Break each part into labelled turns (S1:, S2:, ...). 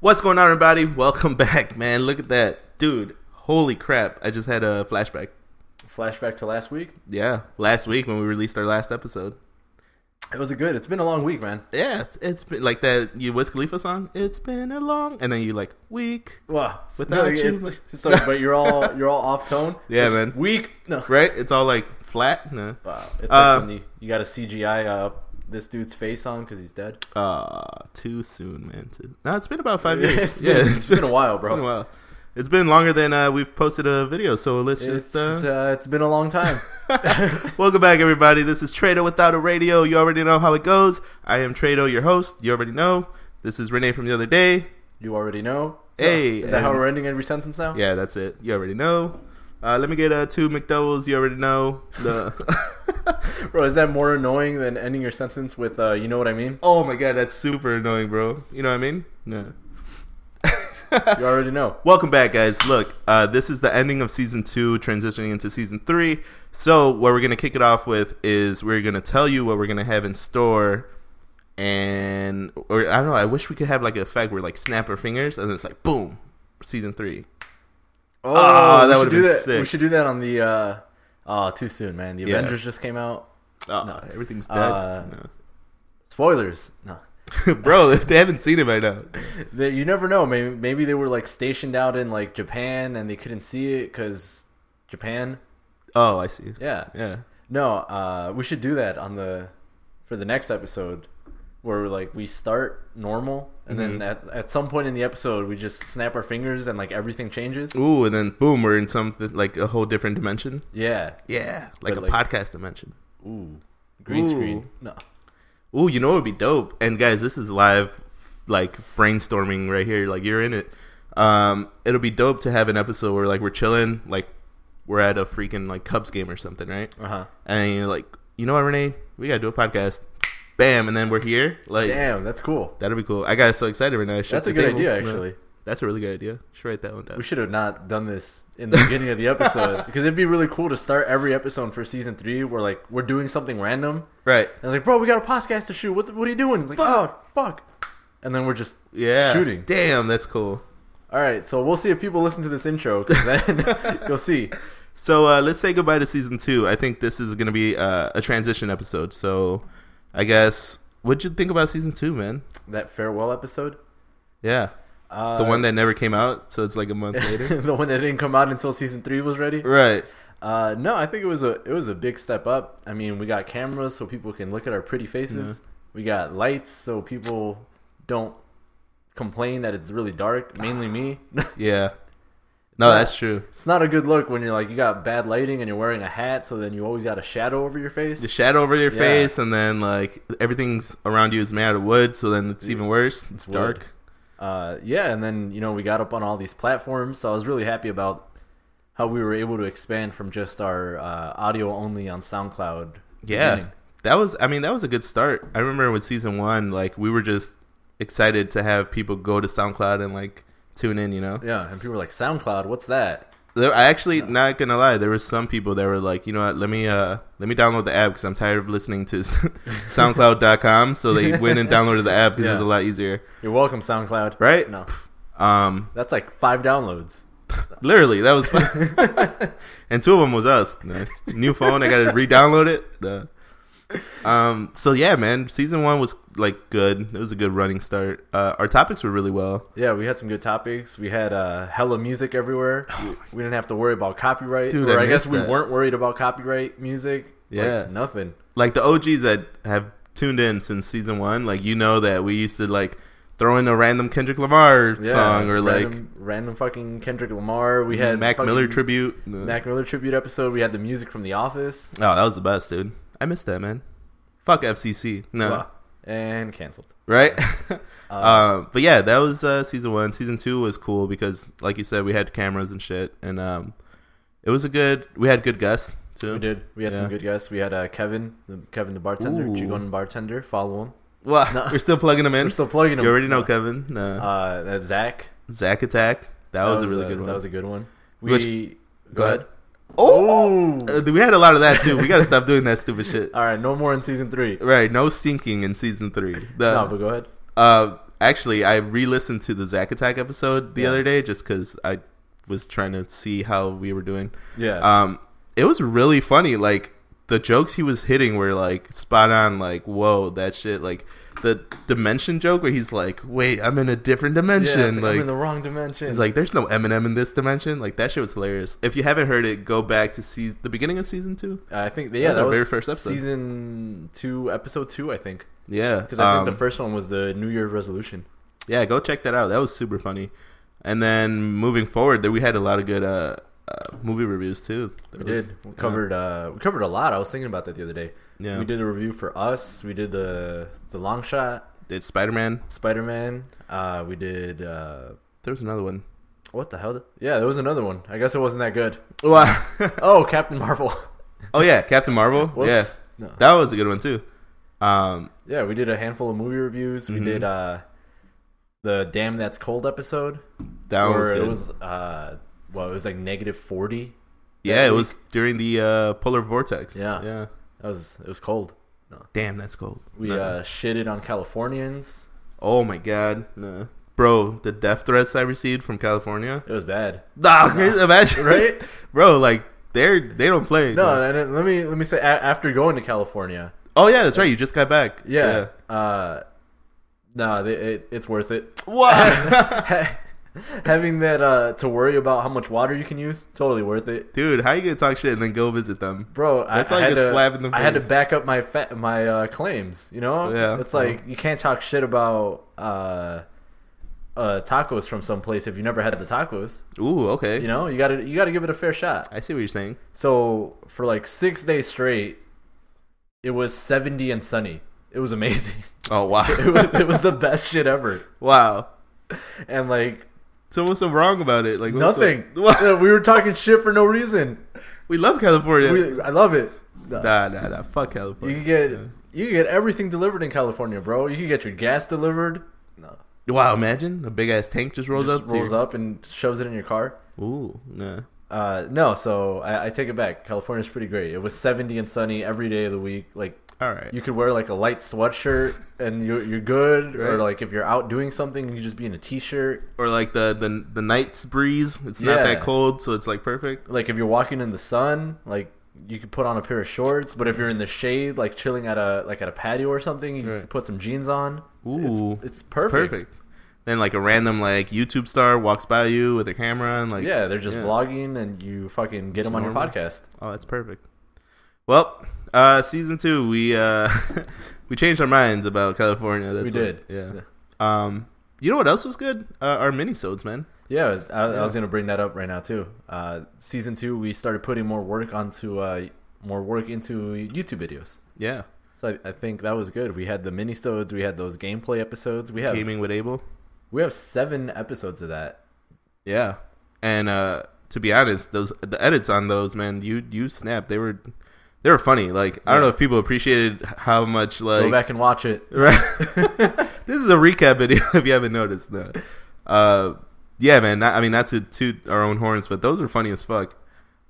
S1: What's going on, everybody? Welcome back, man. Look at that, dude. Holy crap! I just had a flashback.
S2: Flashback to last week.
S1: Yeah, last week when we released our last episode.
S2: It was a good. It's been a long week, man.
S1: Yeah, it's, it's been like that. You Wiz Khalifa song. It's been a long, and then you like week,
S2: Wow.
S1: Without you.
S2: it's- it's like- but you're all you're all off tone.
S1: Yeah,
S2: It's just
S1: man.
S2: Weak. No.
S1: right? It's all like flat. No.
S2: Wow. It's
S1: Uh,
S2: like when you, you got a CGI uh, this dude's face on because he's dead.
S1: Uh, too soon, man. Too. No, it's been about five
S2: Yeah,
S1: years.
S2: it's been- it's been a while,
S1: it's
S2: bro.
S1: been a while. It's been longer than uh, we've posted a video, so let's
S2: It's
S1: just. Uh...
S2: uh, it's been a long time.
S1: Welcome back, everybody. This is Trado Without a Radio. You already know how it goes. I am Trado, your host. You already know. This is Renee from the other day.
S2: you already know.
S1: Hey,
S2: Is that how
S1: and-
S2: we're ending every sentence now?
S1: Yeah, that's it. You already know. Uh, let me get uh, two McDoubles. You already know. The...
S2: Bro, is that more annoying than ending your sentence with uh, you know what I mean?
S1: oh my god, that's super annoying, bro. You know what I mean? No.
S2: You already know.
S1: Welcome back, guys. Look, uh, this is the ending of season two, transitioning into season three. So, what we're going to kick it off with is we're going to tell you what we're going to have in store. And, or I don't know, I wish we could have like an effect where like snap our fingers and it's like boom, season three.
S2: Oh,
S1: Ah,
S2: we
S1: that
S2: should
S1: would've
S2: do
S1: been
S2: that. We
S1: sick.
S2: should do that on the. Uh, oh, too soon, man. The
S1: Yeah.
S2: Avengers just came out.
S1: Oh,
S2: No.
S1: everything's dead.
S2: Uh, Spoilers. No.
S1: No. Bro, if they haven't seen it by now.
S2: They, you never know. Maybe maybe they were like stationed out in like Japan and they couldn't see it because Japan.
S1: Oh, I see.
S2: Yeah.
S1: Yeah.
S2: No. Uh, we should do that on the for the next episode where like we start normal and
S1: Mm-hmm.
S2: then at, at some point in the episode we just snap our fingers and like everything changes.
S1: Ooh, and then boom, we're in something like a whole different dimension.
S2: Yeah.
S1: Yeah. Like
S2: But,
S1: a
S2: like-
S1: podcast dimension.
S2: Ooh. Green
S1: Ooh.
S2: screen. No.
S1: Ooh, you know it would be dope. And guys, this is live, like brainstorming right here. Like you're in it. Um, it'll be dope to have an episode where like we're chilling, like we're at a freaking like Cubs game or something, right?
S2: Uh huh.
S1: And you're like, you know what, Renee, we gotta do a podcast. Bam, and then we're here. Like
S2: Damn, that's cool.
S1: that'll be cool. I got so excited right now. I shook
S2: That's a
S1: the
S2: good
S1: table.
S2: idea,
S1: Yeah.
S2: actually.
S1: That's a really good idea. Should write that one down.
S2: We should have not done this in the beginning of the episode because it'd be really cool to start every episode for season three. We're like, we're doing something random.
S1: Right.
S2: And I was like, bro, we got a podcast to shoot. What, the, what are you doing? He's like, oh, fuck. And then we're just.
S1: Yeah.
S2: Shooting.
S1: Damn, that's cool.
S2: All right, so we'll see if people listen to this intro because then you'll see.
S1: So uh, let's say goodbye to season two. I think this is going to be uh, a transition episode. So I guess what'd you think about season two, man?
S2: That farewell episode.
S1: Yeah,
S2: Uh,
S1: the one that never came out, so it's like a month later,
S2: the one that didn't come out until season three was ready.
S1: right?
S2: Uh, no, I think it was a it was a big step up. I mean, we got cameras so people can look at our pretty faces. We got lights so people don't complain that it's really dark. Mainly me.
S1: Yeah. No, that's true.
S2: it's not a good look when you're like you got bad lighting and you're wearing a hat, so then you always got a shadow over your face.
S1: The shadow over your
S2: Yeah.
S1: face, and then like everything's around you is made out of wood, so then it's even worse. It's
S2: Wood.
S1: dark.
S2: uh, yeah, and then you know we got up on all these platforms, so I was really happy about how we were able to expand from just our uh, audio only on SoundCloud.
S1: Yeah,
S2: beginning.
S1: that was. I mean, that was a good start. I remember with season one, like we were just excited to have people go to SoundCloud and like tune in. You know.
S2: yeah, and people were like, "SoundCloud, what's that?"
S1: There, I actually not gonna lie. There were some people that were like, you know what? Let me uh, let me download the app because I'm tired of listening to SoundCloud.com. So they went and downloaded the app because it was a
S2: Yeah.
S1: lot easier,
S2: You're welcome, SoundCloud.
S1: right?
S2: No.
S1: Um,
S2: That's like five downloads.
S1: literally, that was fun. and two of them was us. The new phone, I gotta re-download it. The, um, so yeah, man, season one was like good. It was a good running start. Uh, our topics were really well,
S2: Yeah, we had some good topics. We had uh, hella music everywhere. we didn't have to worry about copyright.
S1: Oh Dude,
S2: or
S1: I
S2: I, guess
S1: missed
S2: we
S1: that.
S2: weren't worried about copyright music. Like,
S1: Yeah.
S2: nothing.
S1: like the OGs that have tuned in since season one, like you know that we used to like throw in a random Kendrick Lamar
S2: Yeah,
S1: song or
S2: random, random fucking Kendrick Lamar. We
S1: like
S2: had
S1: Mac
S2: fucking
S1: Miller tribute.
S2: Mac Miller tribute episode. We had the music from The Office.
S1: oh, that was the best, dude. I missed that, man. Fuck FCC. No,
S2: Blah. And canceled. Uh,
S1: right? um, but yeah, that was uh, season one. Season two was cool because, like you said, we had cameras and shit, and um, it was a good. We had good guests too.
S2: We did. We had
S1: Uh, Yeah.
S2: some good guests. We had uh, Kevin, the, Kevin the bartender,
S1: Ooh.
S2: Chigon bartender. Follow him.
S1: Well,
S2: No.
S1: we're still plugging them in.
S2: We're still plugging him.
S1: you already know Kevin. No.
S2: Uh, that's Zach.
S1: Zach Attack. That, was, a really good one.
S2: That was a good one. We
S1: Which-
S2: go ahead.
S1: Oh, Uh, we had a lot of that too. We gotta stop doing that stupid shit. Uh,
S2: All right, no more in season three.
S1: Right, no sinking in season three. The-
S2: no, but go ahead.
S1: Uh, actually, I re-listened to the Zack Attack episode the
S2: Yeah.
S1: other day just because I was trying to see how we were doing.
S2: Yeah.
S1: Um, it was really funny. Like the jokes he was hitting were like spot on. Like whoa, that shit. Like the dimension joke where he's like, "Wait, I'm in a different
S2: yeah, it's
S1: dimension."
S2: like,
S1: like
S2: I'm in the wrong dimension.
S1: He's like, there's no Eminem in this dimension. Like that shit was hilarious. If you haven't heard it, go back to see the beginning of season two.
S2: I think yeah,
S1: was
S2: that
S1: our
S2: was
S1: very first episode.
S2: season two, episode two, I think,
S1: Yeah,
S2: because I
S1: um,
S2: think the first one was the New Year's resolution.
S1: yeah, go check that out. That was super funny. And then moving forward, there we had a lot of good uh, uh movie reviews too. There
S2: We
S1: was-
S2: did. We covered. Uh, we covered a lot. I was thinking about that the other day.
S1: Yeah,
S2: We did a review for us. We did the the long shot
S1: did Spider Man.
S2: Spider Man. Uh, we did. Uh,
S1: There was another one.
S2: what the hell? Yeah, there was another one. I guess it wasn't that good.
S1: Wow.
S2: Oh, Captain Marvel.
S1: oh yeah, Captain Marvel.
S2: Whoops.
S1: Yeah,
S2: No.
S1: that was a good one too. Um,
S2: Yeah, we did a handful of movie reviews. We
S1: Mhm.
S2: did uh, the Damn That's Cold episode.
S1: that one was
S2: where
S1: good.
S2: It was uh, well, it was like negative forty.
S1: yeah, it was during the uh, polar vortex.
S2: Yeah.
S1: yeah.
S2: That was it was cold.
S1: Damn, that's cold.
S2: We
S1: Nah.
S2: uh, shitted on Californians.
S1: Oh my god, no. bro! The death threats I received from California.
S2: It was bad.
S1: Nah, crazy. Imagine,
S2: Right?
S1: bro? Like they're they don't play.
S2: No,
S1: Like-
S2: and then let me let me say a- after going to California.
S1: Oh yeah, that's right. You just got back.
S2: Yeah. Uh, no, they, it, it's worth it.
S1: yeah. What,
S2: Having that uh, to worry about how much water you can use, totally worth it.
S1: dude? How you gonna talk shit and then go visit them?
S2: Bro, I-
S1: That's
S2: I,
S1: like
S2: had
S1: a
S2: to,
S1: slap in the
S2: I had to
S1: face.
S2: back up my fa- my uh, claims. You know,
S1: Yeah.
S2: It's like you can't talk shit about uh, uh, tacos from someplace if you never had the tacos.
S1: Ooh, okay.
S2: You know, you gotta you gotta give it a fair shot.
S1: I see what you're saying.
S2: So for like six days straight, it was seventy and sunny. It was amazing.
S1: Oh
S2: It
S1: wow,
S2: was, it was the best shit ever.
S1: wow.
S2: And like
S1: So what's so wrong about it? Like what's so-
S2: nothing.
S1: What?
S2: Uh, we were talking shit for no reason.
S1: we love California.
S2: We, I love it. No.
S1: nah, nah, nah. Fuck
S2: You
S1: California.
S2: can get you can get everything delivered in California, bro. You can get your gas delivered. No.
S1: wow, imagine a big ass tank just rolls
S2: Just
S1: up. to
S2: rolls
S1: your-
S2: up and shoves it in your car.
S1: Ooh, nah.
S2: Uh, no, so I, I take it back. California's pretty great. It was 70 and sunny every day of the week. Like
S1: All right.
S2: you could wear like a light sweatshirt and you're, you're good or
S1: Right.
S2: like if you're out doing something you could just be in a t-shirt
S1: or like the the the night's breeze. It's not
S2: Yeah.
S1: that cold, so it's like perfect.
S2: like if you're walking in the sun like you could put on a pair of shorts but if you're in the shade like chilling at a like at a patio or something you
S1: Right.
S2: could put some jeans on
S1: Ooh.
S2: it's, it's perfect,
S1: Then like a random like YouTube star walks by you with a camera and like
S2: yeah they're just
S1: yeah.
S2: vlogging and you fucking get them on your
S1: normal.
S2: podcast
S1: Oh, that's perfect. Well, uh season 2 we uh we changed our minds about California. That's
S2: we
S1: what-
S2: did
S1: yeah. Um you know what else was good? Uh, our minisodes, man.
S2: yeah I, I was
S1: Yeah.
S2: gonna bring that up right now too uh season two we started putting more work onto uh more work into youtube videos
S1: Yeah.
S2: So I, I think that was good. We had the mini stodes, we had those gameplay episodes. We have
S1: Gaming with Abel.
S2: we have seven episodes of that.
S1: Yeah. And uh to be honest, those the edits on those, man, you you snapped. They were they were funny. Like I don't know if people appreciated how much like
S2: Go back and watch it.
S1: Right. this is a recap video if you haven't noticed that. Uh, yeah, man. Not, I mean, not to toot our own horns, but those are funny as fuck.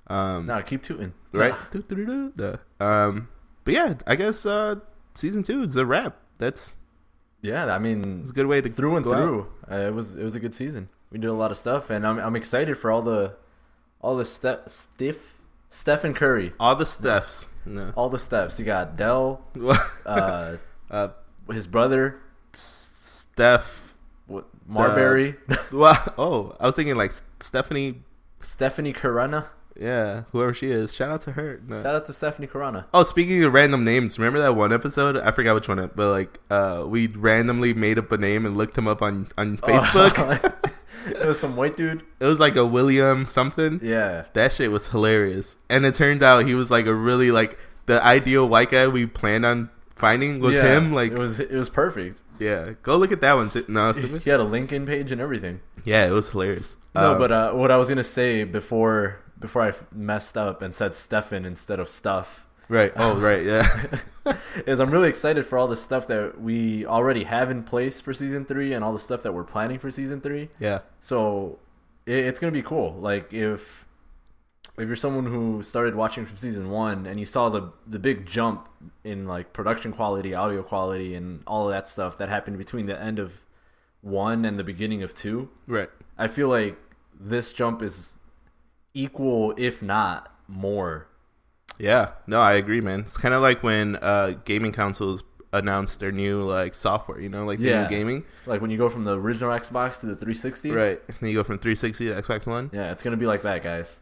S1: Um,
S2: No, keep tooting.
S1: Right. Doo-doo-doo-doo. Duh. Um, but yeah, I guess uh, season two is a wrap. That's,
S2: Yeah, I mean
S1: that's a good way to
S2: through and
S1: go out.
S2: through. Uh, it was it was a good season. We did a lot of stuff, and I'm I'm excited for all the all the step stiff Stephen Curry,
S1: all the stuffs. No.
S2: all the steps. You got Dell,
S1: uh,
S2: uh, his brother,
S1: Steph.
S2: what, Marbury,
S1: Well, oh, I was thinking like Stephanie.
S2: Stephanie Carana.
S1: Yeah, whoever she is. Shout out to her. No.
S2: Shout out to Stephanie Carana.
S1: Oh, speaking of random names, remember that one episode? I forgot which one, it- but like uh, we randomly made up a name and looked him up on on
S2: Oh.
S1: Facebook.
S2: it was some white dude.
S1: it was like a William something.
S2: Yeah.
S1: That shit was hilarious, and it turned out he was like a really like the ideal white guy we planned on finding was
S2: Yeah,
S1: him. Like,
S2: it was it was perfect.
S1: yeah, go look at that one. Too. No, it's-
S2: He had a LinkedIn page and everything.
S1: yeah, it was hilarious.
S2: no,
S1: Um,
S2: but uh, what I was gonna say before before I messed up and said Stefan instead of stuff
S1: right.
S2: uh,
S1: Oh, right. Yeah,
S2: is I'm really excited for all the stuff that we already have in place for season three and all the stuff that we're planning for season three.
S1: yeah.
S2: So it, it's gonna be cool. Like if if you're someone who started watching from season one and you saw the the big jump in like production quality, audio quality, and all of that stuff that happened between the end of one and the beginning of two.
S1: Right.
S2: I feel like this jump is equal, if not more.
S1: Yeah. No, I agree, man. It's kind of like when uh, gaming consoles announced their new like software. You know, like their
S2: Yeah.
S1: new gaming.
S2: Like when you go from the original Xbox to the 360.
S1: Right. And then you go from 360 to Xbox One.
S2: Yeah, it's gonna be like that, guys.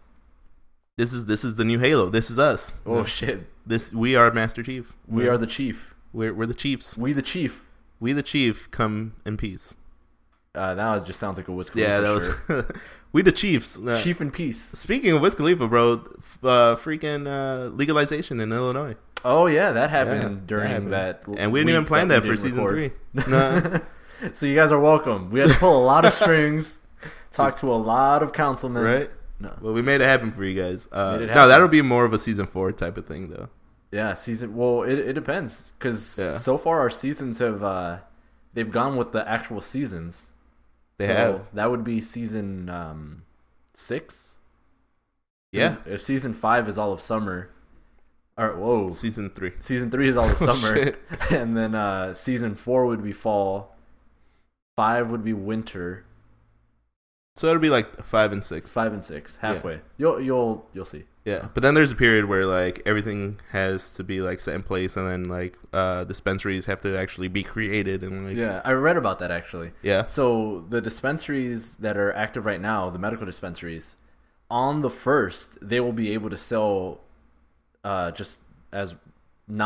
S1: This is this is the new Halo. This is us.
S2: Oh shit,
S1: This we are Master Chief.
S2: we are the chief.
S1: We're, we're the Chiefs.
S2: We the chief.
S1: We the Chief come in peace.
S2: Uh, now it just sounds like a Wiz Khalifa
S1: Yeah, that
S2: shirt.
S1: was we the Chiefs. Uh,
S2: chief in peace.
S1: Speaking of Wiz Khalifa, bro, f- uh, freaking uh, legalization in Illinois,
S2: Oh yeah, that happened
S1: Yeah, that
S2: during
S1: happened.
S2: that. l-
S1: and we didn't
S2: week
S1: even plan that,
S2: we
S1: for
S2: didn't
S1: season
S2: record.
S1: three. No,
S2: So you guys are welcome. We had to pull a lot of strings, talk to a lot of councilmen.
S1: right?
S2: No.
S1: Well, we made it happen for you guys. Uh,
S2: Made it
S1: no,
S2: happen.
S1: that'll be more of a season four type of thing, though.
S2: Yeah, season. Well, it, it depends because
S1: Yeah.
S2: so far our seasons have uh, they've gone with the actual seasons.
S1: They have.
S2: That would be season um, six.
S1: Yeah,
S2: If season five is all of summer, or whoa,
S1: season three.
S2: season three is all of
S1: Oh,
S2: summer,
S1: shit.
S2: and then uh, season four would be fall. Five would be winter.
S1: So it'll be like five and six.
S2: Five and six, halfway. You'll you'll you'll see.
S1: Yeah, but then there's a period where like everything has to be like set in place, and then like uh, dispensaries have to actually be created, and like
S2: Yeah, I read about that actually.
S1: yeah,
S2: So the dispensaries that are active right now, the medical dispensaries, on the first they will be able to sell, uh, just as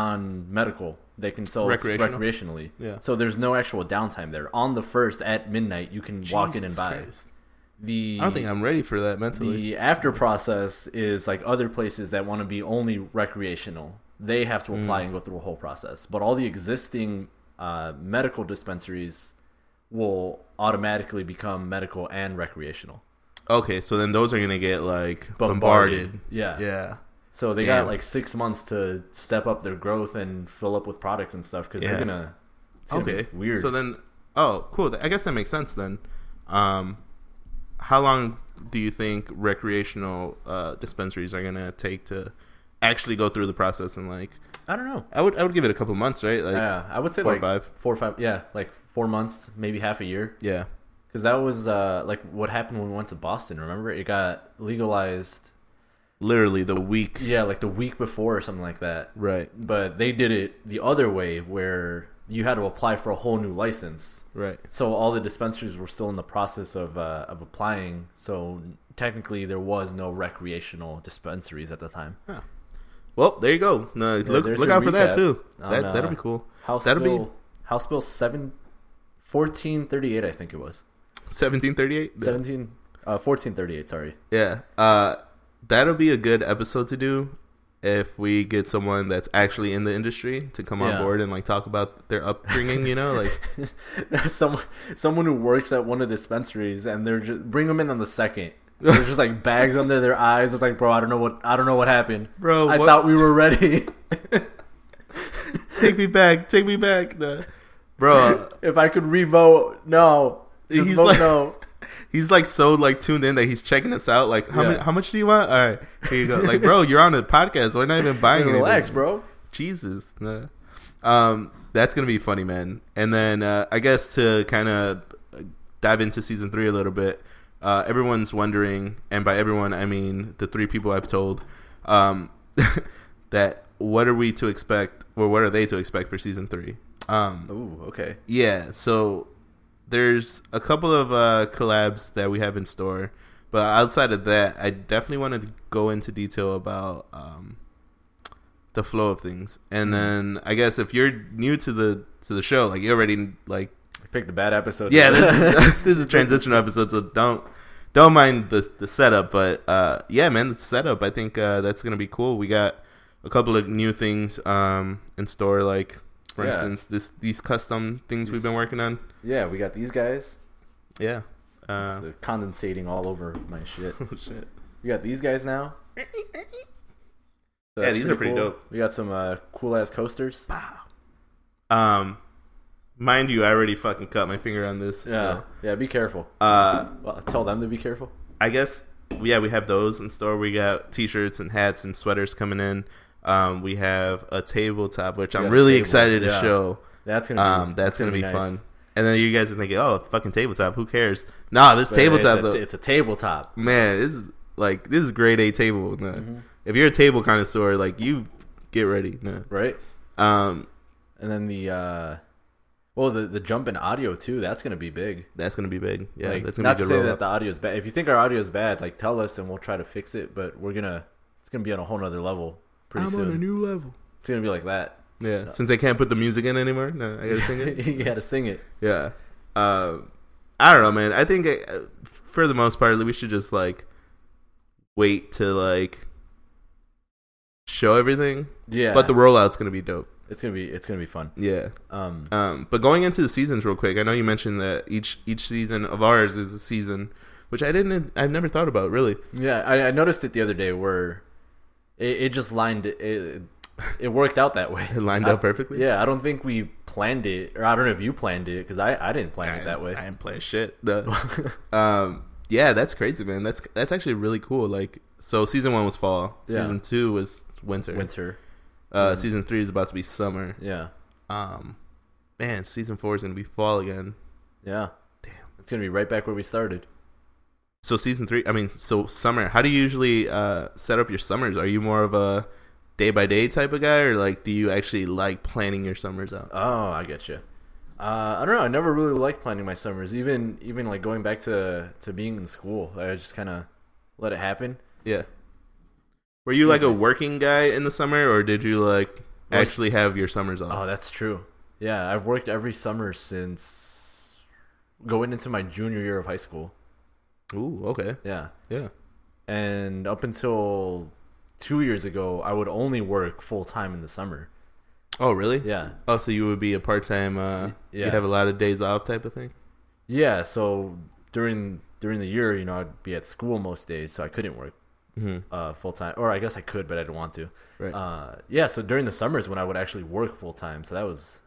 S2: non-medical. They can sell it
S1: Recreational?
S2: recreationally.
S1: Yeah.
S2: So there's no actual downtime there. On the first at midnight, you can walk in and
S1: Jesus
S2: buy.
S1: Christ.
S2: The
S1: I don't think I'm ready for that mentally.
S2: the after process is like other places that want to be only recreational. They have to
S1: Mm.
S2: apply and go through a whole process. But all the existing uh, medical dispensaries will automatically become medical and recreational.
S1: Okay, so then those are gonna get like
S2: Bombarded.
S1: bombarded.
S2: Yeah.
S1: Yeah.
S2: So they
S1: Damn.
S2: got like six months to step up their growth and fill up with product and stuff because
S1: Yeah.
S2: they're gonna. It's gonna
S1: Okay.
S2: Be weird.
S1: So then, oh, cool. I guess that makes sense then. Um, how long do you think recreational uh, dispensaries are gonna take to actually go through the process and like?
S2: I don't know.
S1: I would I would give it a couple months, right? Like,
S2: yeah, I would say
S1: four or
S2: like
S1: five.
S2: four or five. Yeah, like four months, maybe half a year.
S1: yeah,
S2: Because that was uh, like what happened when we went to Boston. Remember, it got legalized.
S1: literally the week.
S2: Yeah, like the week before or something like that.
S1: Right.
S2: But they did it the other way, where you had to apply for a whole new license.
S1: Right.
S2: So all the dispensaries were still in the process of uh, of applying. So technically, there was no recreational dispensaries at the time.
S1: Well, there you go. No, look
S2: there's
S1: look
S2: your
S1: out for that
S2: recap
S1: too.
S2: on,
S1: That
S2: uh,
S1: that'll be cool.
S2: House
S1: That'll be-
S2: Bill House Bill seven. 1438 I think it was.
S1: Seventeen thirty eight.
S2: 17 uh 1438, sorry.
S1: Yeah. Uh, that'll be a good episode to do if we get someone that's actually in the industry to come
S2: Yeah.
S1: on board and like talk about their upbringing. You know, like
S2: someone someone who works at one of the dispensaries and they're just bring them in on the second. There's just like bags under their eyes. It's like, bro, I don't know what I don't know what happened.
S1: Bro,
S2: I
S1: what-
S2: thought we were ready.
S1: take me back, take me back, Nah. bro. uh,
S2: if I could revote, no. Just
S1: He's
S2: vote
S1: like-
S2: no.
S1: He's like so like tuned in that he's checking us out. Like how
S2: Yeah.
S1: many, how much do you want? All right, here you go. Like bro, you're on a podcast. We're not even buying anything.
S2: Relax, bro.
S1: Jesus. Nah. Um, that's gonna be funny, man. And then uh, I guess to kind of dive into season three a little bit, uh, everyone's wondering, and by everyone I mean the three people I've told, um, that what are we to expect, or what are they to expect for season three? Um,
S2: Ooh, okay.
S1: yeah. So there's a couple of uh, collabs that we have in store, but outside of that, I definitely wanted to go into detail about um, the flow of things. And then I guess if you're new to the to the show, like you already like
S2: Pick the bad episode.
S1: yeah, this is, this is a transitional episode, so don't don't mind the the setup. But uh, yeah, man, the setup. I think uh, that's gonna be cool. We got a couple of new things um, in store, like for
S2: Yeah.
S1: instance, this these custom things we've been working on.
S2: yeah, we got these guys.
S1: Yeah. Uh,
S2: They're condensating all over my shit.
S1: oh shit.
S2: We got these guys now. So
S1: Yeah,
S2: that's
S1: these are pretty
S2: cool.
S1: dope.
S2: We got some uh, cool ass coasters.
S1: Um, mind you, I already fucking cut my finger on this.
S2: Yeah,
S1: So,
S2: yeah. Be careful.
S1: uh,
S2: Well, tell them to be careful.
S1: I guess yeah, we have those in store. We got t-shirts and hats and sweaters coming in. Um, we have a tabletop, which I'm
S2: got a
S1: really
S2: table,
S1: excited to
S2: yeah.
S1: show.
S2: That's gonna be
S1: Um, that's gonna be
S2: nice.
S1: fun. And then you guys are thinking, oh, fucking tabletop. Who cares? Nah, this
S2: But
S1: tabletop,
S2: It's a,
S1: though,
S2: it's a tabletop. man.
S1: man, this is like this is grade A table. Nah.
S2: Mm-hmm.
S1: If you're a table connoisseur, like you get ready. Nah.
S2: Right.
S1: Um,
S2: And then the uh well the the jump in audio too, that's gonna be big.
S1: that's gonna be big. Yeah,
S2: like,
S1: that's gonna
S2: not
S1: be a
S2: to
S1: good
S2: say
S1: roll
S2: that the audio is bad. If you think our audio is bad, like tell us and we'll try to fix it. But we're gonna it's gonna be on a whole nother level pretty soon.
S1: new level.
S2: it's gonna be like that.
S1: Yeah, since they can't put the music in anymore, no, I gotta sing it.
S2: you gotta sing it.
S1: Yeah. Um, I don't know, man. I think uh, for the most part, we should just like wait to like show everything.
S2: Yeah.
S1: But the rollout's gonna be dope.
S2: it's gonna be it's gonna be fun.
S1: Yeah.
S2: Um
S1: Um, but going into the seasons real quick, I know you mentioned that each each season of ours is a season, which I didn't. I've never thought about really.
S2: yeah, I, I noticed it the other day where it, it just lined it it worked out that way.
S1: It lined
S2: I-
S1: up perfectly.
S2: Yeah, I don't think we planned it, or I don't know if you planned it because I, I didn't plan
S1: I-
S2: it that way.
S1: I am playing shit. though. um, yeah, that's crazy, man. That's that's actually really cool. Like, so season one was fall.
S2: Yeah.
S1: Season two was winter.
S2: Winter,
S1: Uh, Season three is about to be summer.
S2: yeah,
S1: Um, man, season four is gonna be fall again.
S2: yeah.
S1: Damn.
S2: It's gonna be right back where we started.
S1: So season three, I mean, so summer. How do you usually uh, set up your summers? Are you more of a day by day type of guy, or like do you actually like planning your summers out?
S2: Oh, I get you. Uh, I don't know. I never really liked planning my summers, even even like going back to to being in school. I just kind of let it happen.
S1: Yeah. Were you like a
S2: Excuse me.
S1: working guy in the summer, or did you like actually have your summers off?
S2: Oh, that's true. Yeah, I've worked every summer since going into my junior year of high school. Uh,
S1: Ooh, okay,
S2: Yeah,
S1: yeah.
S2: and up until two years ago, I would only work full time in the summer.
S1: Oh, really?
S2: Yeah,
S1: Oh, so you would be a part time. Uh,
S2: yeah.
S1: You'd have a lot of days off, type of thing.
S2: Yeah, so during during the year, you know, I'd be at school most days, so I couldn't work uh, full time, or I guess I could, but I didn't want to.
S1: Right.
S2: Uh, yeah, so during the summers when I would actually work full time, so that was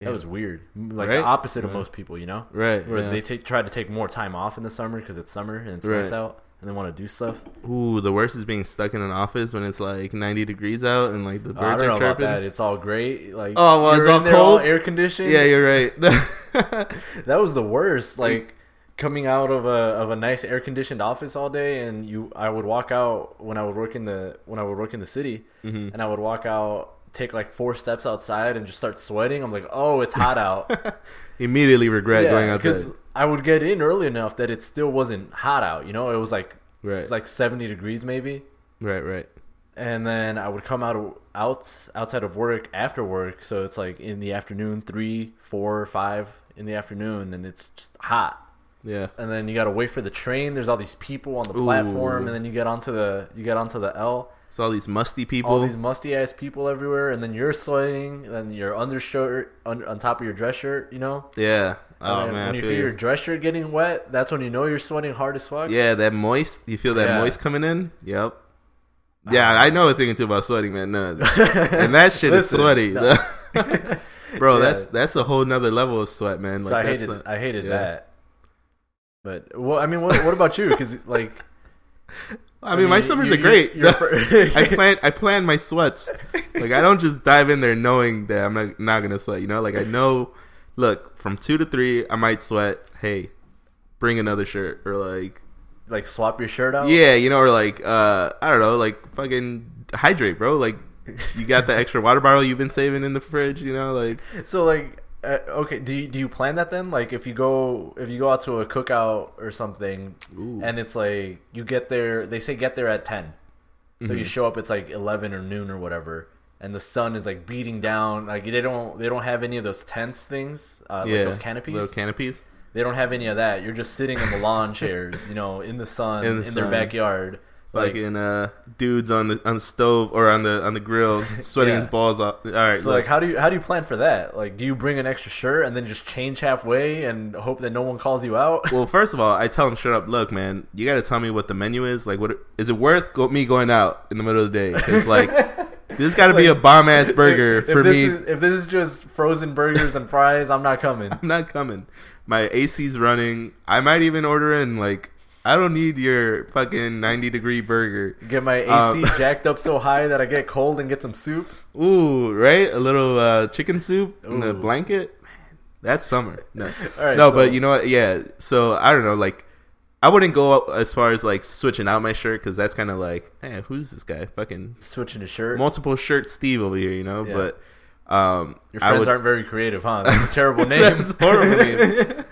S1: Yeah.
S2: that was weird, like
S1: Right?
S2: the opposite of
S1: Yeah.
S2: most people, you know,
S1: Right.
S2: where
S1: yeah.
S2: they take try to take more time off in the summer because it's summer and it's nice
S1: Right.
S2: out, and they want to do stuff.
S1: Ooh, the worst is being stuck in an office when it's like 90 degrees out and like the
S2: Uh, I
S1: birds
S2: don't know
S1: are
S2: about
S1: chirping.
S2: that. It's all great. Like
S1: Oh, well, it's
S2: you're in
S1: all
S2: there all
S1: cold?
S2: air conditioned.
S1: Yeah, you're right.
S2: That was the worst. Like coming out of a of a nice air conditioned office all day, and you, I would walk out when I would work in the when I would work in the city,
S1: Mm-hmm.
S2: and I would walk out, take like four steps outside, and just start sweating. I'm like, oh, it's hot out.
S1: Immediately regret going
S2: yeah, because
S1: outside.
S2: I would get in early enough that it still wasn't hot out. You know, it was like
S1: Right.
S2: it's like 70 degrees maybe.
S1: right, right.
S2: And then I would come out of, out outside of work after work, so it's like in the afternoon, three, four, five in the afternoon, and it's just hot
S1: Yeah.
S2: and then you got to wait for the train. There's all these people on the platform,
S1: Ooh.
S2: and then you get onto the you get onto the L.
S1: So all these musty people.
S2: All these musty ass people everywhere, and then you're sweating, and then your undershirt on, on top of your dress shirt, you know.
S1: yeah.
S2: And
S1: Oh
S2: then
S1: man.
S2: when
S1: I
S2: you
S1: feel
S2: feel your
S1: you.
S2: dress shirt getting wet, that's when you know you're sweating hard as fuck.
S1: yeah, that moist. You feel that
S2: Yeah.
S1: moist coming in? Yep. Yeah, I know a thing or two about sweating, man. No. and that shit
S2: Listen,
S1: is sweaty.
S2: no.
S1: Bro,
S2: Yeah.
S1: that's that's a whole nother level of sweat, man.
S2: so
S1: Like
S2: I
S1: that's
S2: hated
S1: not-
S2: I hated
S1: yeah.
S2: that. But well, I mean, what what about you? Because like,
S1: I mean, my summers
S2: you-
S1: are great.
S2: you're- you're-
S1: I plan I plan my sweats. Like I don't just dive in there knowing that I'm not, not gonna sweat. You know, like I know. Look, from two to three, I might sweat. Hey, bring another shirt or like
S2: like swap your shirt out.
S1: yeah, you know, or like uh I don't know, like fucking hydrate, bro. Like you got the extra water bottle you've been saving in the fridge. You know, like
S2: So like, uh, okay, do you, do you plan that then? Like, if you go if you go out to a cookout or something,
S1: Ooh.
S2: and it's like you get there, they say get there at ten, so
S1: Mhm.
S2: you show up, it's like eleven or noon or whatever, and the sun is like beating down. Like they don't they don't have any of those tents things, uh,
S1: yeah,
S2: like those canopies.
S1: little canopies.
S2: they don't have any of that. You're just sitting in the lawn chairs, you know, in the sun
S1: In
S2: in,
S1: the sun.
S2: their backyard. Like,
S1: Fucking uh, dudes on the on the stove or on the on the grill sweating
S2: Yeah.
S1: his balls off. All right,
S2: so
S1: look.
S2: like how do you how do you plan for that? Like do you bring an extra shirt and then just change halfway and hope that no one calls you out?
S1: Well, first of all, I tell him straight up, look, man, you got to tell me what the menu is. Like, what is it worth go, me going out in the middle of the day? It's like this got to be a bomb ass burger
S2: if, if
S1: for
S2: this
S1: me.
S2: Is, if this is just frozen burgers and fries, I'm not coming.
S1: I'm not coming. My AC's running. I might even order in. Like, I don't need your fucking 90 degree burger.
S2: Get my AC
S1: Um,
S2: jacked up so high that I get cold and get some soup.
S1: Ooh, right? A little uh, chicken soup in a
S2: Ooh.
S1: blanket. Man, That's summer. No,
S2: All right,
S1: no,
S2: so-
S1: but you know what? Yeah. So I don't know. Like, I wouldn't go as far as like switching out my shirt because that's kind of like, hey, who's this guy? Fucking
S2: Switching to shirt.
S1: multiple shirt Steve over here, you know.
S2: Yeah.
S1: But um,
S2: Your
S1: I
S2: friends
S1: would-
S2: aren't very creative, huh? That's a terrible name.
S1: That's horrible name.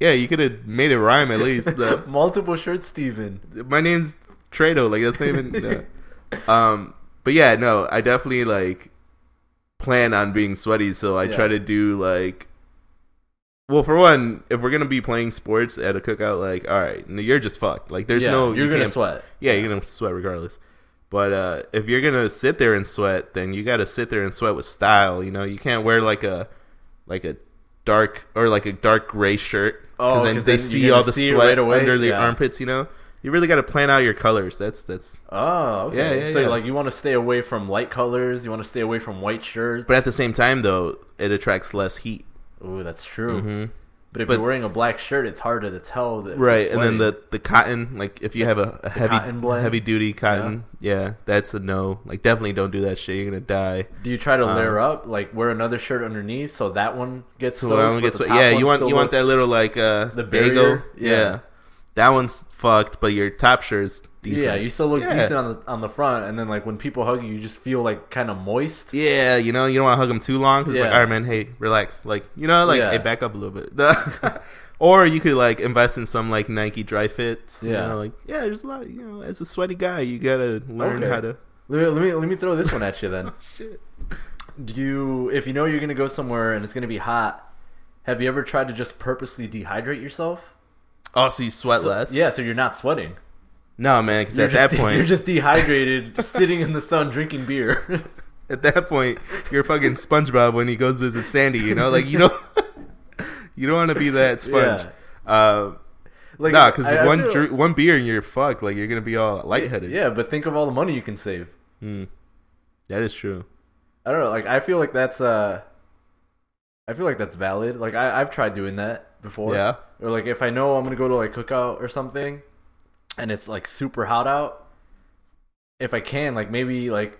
S1: yeah, you could have made it rhyme at least. The-
S2: Multiple shirts, Steven.
S1: my name's Trado. Like that's not even. no. Um, but yeah, no, I definitely like plan on being sweaty, so I
S2: Yeah.
S1: try to do like. Well, for one, if we're gonna be playing sports at a cookout, like, all right, no, you're just fucked. Like, there's
S2: yeah,
S1: no
S2: You're
S1: you
S2: gonna
S1: can't-
S2: sweat.
S1: Yeah, you're gonna sweat regardless. But uh, if you're gonna sit there and sweat, then you gotta sit there and sweat with style. You know, you can't wear like a like a dark or like a dark gray shirt
S2: Oh,
S1: because then
S2: 'cause
S1: they
S2: then you're
S1: see
S2: gonna
S1: all the
S2: see it
S1: sweat
S2: right away?
S1: under their
S2: Yeah.
S1: armpits. You know, you really gotta plan out your colors. That's that's.
S2: Oh, okay.
S1: Yeah, yeah,
S2: so
S1: yeah.
S2: like you want to stay away from light colors. You want to stay away from white shirts.
S1: But at the same time, though, it attracts less heat.
S2: Ooh, that's true.
S1: Mhm.
S2: But if
S1: But-
S2: you're wearing a black shirt, it's harder to tell. That if you're
S1: Right, and then
S2: sweating.
S1: the the cotton, like if you have a, a
S2: cotton
S1: heavy
S2: blend?
S1: heavy duty cotton, yeah. that's a no. Like definitely don't do that shit. You're gonna die.
S2: do you try to layer up, like wear another shirt underneath, so that one gets
S1: Um, So
S2: soaked,
S1: I don't
S2: but
S1: get
S2: the
S1: swe-
S2: top
S1: yeah,
S2: one
S1: you want you
S2: still
S1: want that
S2: looks-
S1: little like uh
S2: The
S1: bagel.
S2: barrier?
S1: Yeah.
S2: Yeah.
S1: That one's fucked, but your top shirt is decent.
S2: Yeah, you still look
S1: Yeah.
S2: decent on the on the front, and then like when people hug you, you just feel like kind of moist.
S1: Yeah, you know, you don't want to hug them too long because like,
S2: Yeah.
S1: all right, man, hey, relax. Like, you know, like,
S2: Yeah.
S1: hey, back up a little bit. or you could like invest in some like Nike dry fits. You
S2: Yeah.
S1: know, like, yeah, there's a lot. You know, as a sweaty guy, you gotta learn
S2: Okay. Oh,
S1: how to.
S2: Let me, let me let me throw this one at you then.
S1: Shit.
S2: Do you, if you know you're gonna go somewhere and it's gonna be hot, have you ever tried to just purposely dehydrate yourself?
S1: Oh, so you sweat
S2: So-
S1: less?
S2: Yeah, so you're not sweating.
S1: No, man, because
S2: You're
S1: at that
S2: just-
S1: point,
S2: you're just dehydrated, just sitting in the sun drinking beer.
S1: at that point, you're fucking SpongeBob when he goes visit Sandy. You know, like you don't, you don't want to be that sponge. Uh,
S2: like,
S1: nah, because
S2: I- I
S1: one
S2: feel-
S1: drink, one beer and you're fucked. Like you're gonna be all lightheaded.
S2: Yeah, but think of all the money you can save.
S1: Mm. that is true.
S2: I don't know. Like, I feel like that's uh, I feel like that's valid. Like, I I've tried doing that before.
S1: Yeah.
S2: Or like, if I know I'm gonna go to like cookout or something, and it's like super hot out, if I can, like maybe like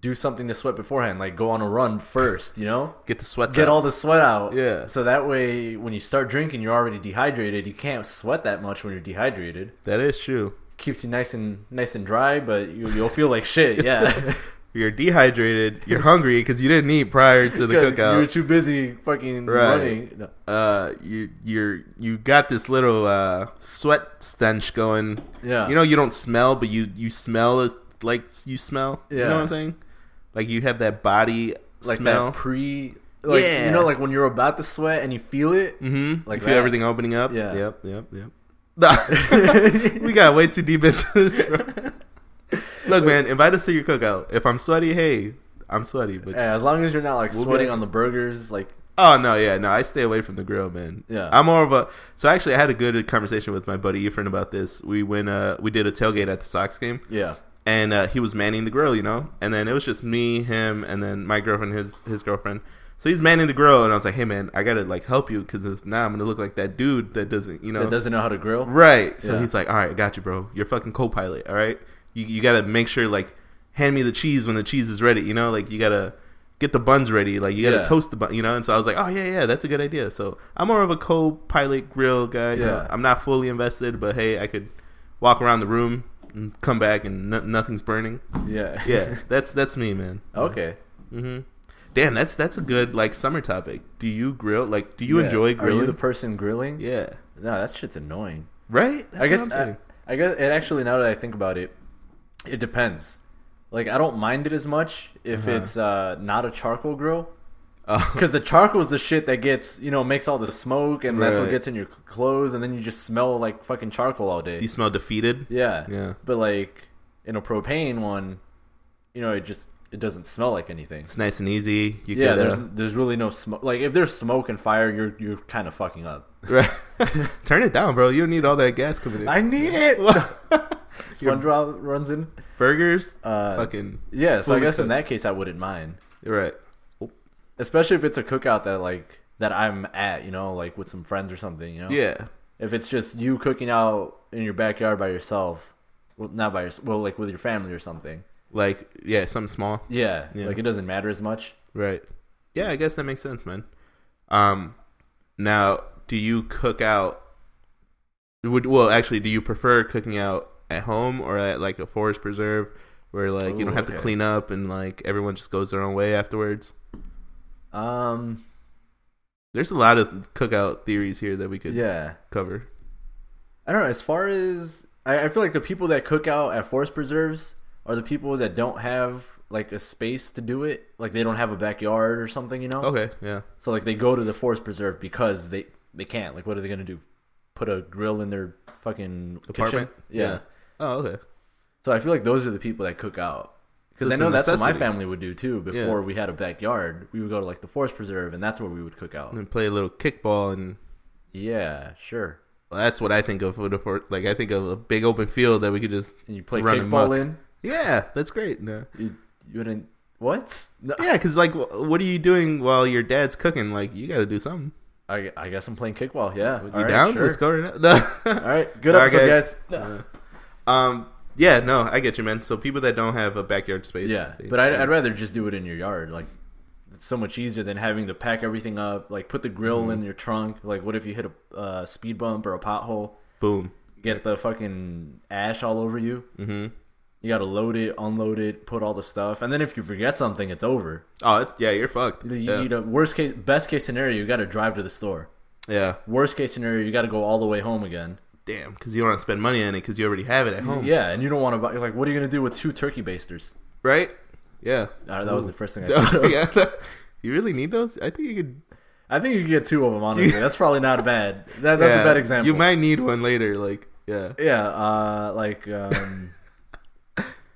S2: do something to sweat beforehand. Like, go on a run first. You know,
S1: Get the sweats.
S2: get
S1: out.
S2: all the sweat out.
S1: Yeah.
S2: So that way, when you start drinking, you're already dehydrated. You can't sweat that much when you're dehydrated.
S1: That is true.
S2: Keeps you nice and nice and dry, but you, you'll feel like shit. Yeah.
S1: You're dehydrated. You're hungry because you didn't eat prior to the
S2: Because You were
S1: cookout.
S2: too busy fucking
S1: Right.
S2: running. No.
S1: uh, you you're you got this little uh sweat stench going.
S2: Yeah.
S1: You know you don't smell, but you you smell as- like you smell. You know
S2: Yeah.
S1: what I'm saying? Like you have that body
S2: like
S1: smell.
S2: that pre. Like,
S1: Yeah.
S2: You know, like when you're about to sweat and you feel it.
S1: Mm-hmm.
S2: Like
S1: you feel
S2: that.
S1: everything opening up.
S2: Yeah.
S1: Yep. Yep. Yep. Nah. we got way too deep into this. Bro. Look, man, invite us to your cookout. If I'm sweaty, hey, I'm sweaty. But
S2: Yeah, as long as you're not like
S1: We'll be
S2: sweating
S1: like-
S2: on the burgers, like
S1: oh no, yeah, no, I stay away from the grill, man.
S2: Yeah.
S1: I'm more of a. So actually, I had a good conversation with my buddy Efren about this. We went, uh, we did a tailgate at the Sox game,
S2: yeah,
S1: and uh, he was manning the grill, you know. And then it was just me, him, and then my girlfriend, his his girlfriend. So he's manning the grill, and I was like, "Hey, man, I gotta like help you because now I'm gonna look like that dude that doesn't, you know,
S2: that doesn't know how to grill.
S1: Right. So
S2: Yeah.
S1: he's like, "All right, I got you, bro. You're fucking co-pilot. All right. You you gotta make sure like hand me the cheese when the cheese is ready. You know, like you gotta get the buns ready. Like you gotta
S2: Yeah.
S1: toast the bun. You know." And so I was like, "Oh yeah, yeah, that's a good idea." So I'm more of a co-pilot grill guy. you know.
S2: Yeah.
S1: I'm not fully invested, but hey, I could walk around the room and come back and no- nothing's burning.
S2: Yeah.
S1: Yeah. that's that's me, man.
S2: okay.
S1: Mm-hmm. Damn, that's that's a good like summer topic. Do you grill? Like, do you
S2: Yeah.
S1: enjoy
S2: Are
S1: grilling?
S2: you the person grilling?
S1: yeah.
S2: No, that shit's annoying.
S1: Right. That's
S2: I guess
S1: what I'm
S2: I,
S1: saying.
S2: I guess it actually now that I think about it, it depends. Like I don't mind it as much if
S1: Uh-huh.
S2: it's uh, not a charcoal grill.
S1: Oh.
S2: Because the charcoal's the shit that gets, you know, makes all the smoke, and that's
S1: Right.
S2: what gets in your c- clothes, and then you just smell like fucking charcoal all day.
S1: You smell defeated.
S2: yeah.
S1: Yeah.
S2: But like in a propane one, you know, it just it doesn't smell like anything.
S1: It's nice and easy. You
S2: yeah,
S1: could, uh,
S2: there's there's really no smoke. Like if there's smoke and fire, you're you're kind of fucking up.
S1: Right. Turn it down, bro. You don't need all that gas coming in.
S2: I need it.
S1: Your
S2: SpongeBob runs in.
S1: burgers,
S2: Uh,
S1: fucking
S2: Yeah, so I
S1: fully
S2: guess in
S1: cooked.
S2: that case, I wouldn't mind,
S1: You're right.
S2: especially if it's a cookout that like that I'm at, you know, like with some friends or something, you know.
S1: Yeah,
S2: If it's just you cooking out in your backyard by yourself, well, not by yourself, well, like with your family or something.
S1: like yeah, something small.
S2: Yeah,
S1: Yeah.
S2: like it doesn't matter as much.
S1: Right. Yeah, I guess that makes sense, man. Um, Now, do you cook out? Would well, actually, do you prefer cooking out at home or at like a forest preserve, where like you
S2: Ooh,
S1: don't have to
S2: okay.
S1: clean up and like everyone just goes their own way afterwards?
S2: Um,
S1: There's a lot of cookout theories here that we could
S2: yeah.
S1: cover.
S2: I don't know. As far as I, I feel like the people that cook out at forest preserves are the people that don't have like a space to do it. Like they don't have a backyard or something, you know.
S1: Okay, yeah,
S2: So like they go to the forest preserve because they they can't. Like what are they gonna do? Put a grill in their fucking
S1: apartment.
S2: Kitchen? Yeah.
S1: Oh, okay.
S2: So I feel like those are the people that cook out. Because
S1: So
S2: I
S1: it's a
S2: know that's what my
S1: necessity.
S2: family would do too. Before we had a backyard, we would go to like the forest preserve, and that's where we would cook out.
S1: And play a little kickball, and
S2: Yeah, sure.
S1: well, that's what I think of. with a for- Like I think of a big open field that we could just.
S2: And you play
S1: Run amok.
S2: kickball in.
S1: Yeah, that's great. No.
S2: You, you wouldn't what? No,
S1: Yeah, because like, wh- what are you doing while your dad's cooking? Like, you got to do something.
S2: I, I guess I'm playing kickball. Yeah.
S1: You
S2: All right,
S1: down?
S2: sure.
S1: Let's go right now. No.
S2: All right. Good
S1: All right,
S2: episode,
S1: guys.
S2: guys.
S1: um. Yeah. No, I get you, man. So people that don't have a backyard space.
S2: Yeah,
S1: they-
S2: but I'd,
S1: they-
S2: I'd rather just do it in your yard. Like, it's so much easier than having to pack everything up. Like, put the grill
S1: Mm-hmm.
S2: in your trunk. Like, what if you hit a uh, speed bump or a pothole?
S1: boom.
S2: Get the fucking ash all over you.
S1: Mm-hmm.
S2: You gotta load it, unload it, put all the stuff, and then if you forget something, it's over.
S1: Oh, it, yeah, you're fucked.
S2: You,
S1: yeah.
S2: you know, worst case, best case scenario, you gotta drive to the store.
S1: yeah.
S2: Worst case scenario, you gotta go all the way home again.
S1: Damn, because you don't want to spend money on it because you already have it at home.
S2: Yeah, and you don't want to buy. Like, what are you gonna do with two turkey basters?
S1: Right. Yeah.
S2: Uh, that was the first thing I thought of.
S1: yeah. You really need those? I think you could.
S2: I think you could get two of them, honestly. That's probably not bad. That, that's
S1: yeah,
S2: a bad example.
S1: You might need one later. Like, yeah.
S2: Yeah, uh, like um,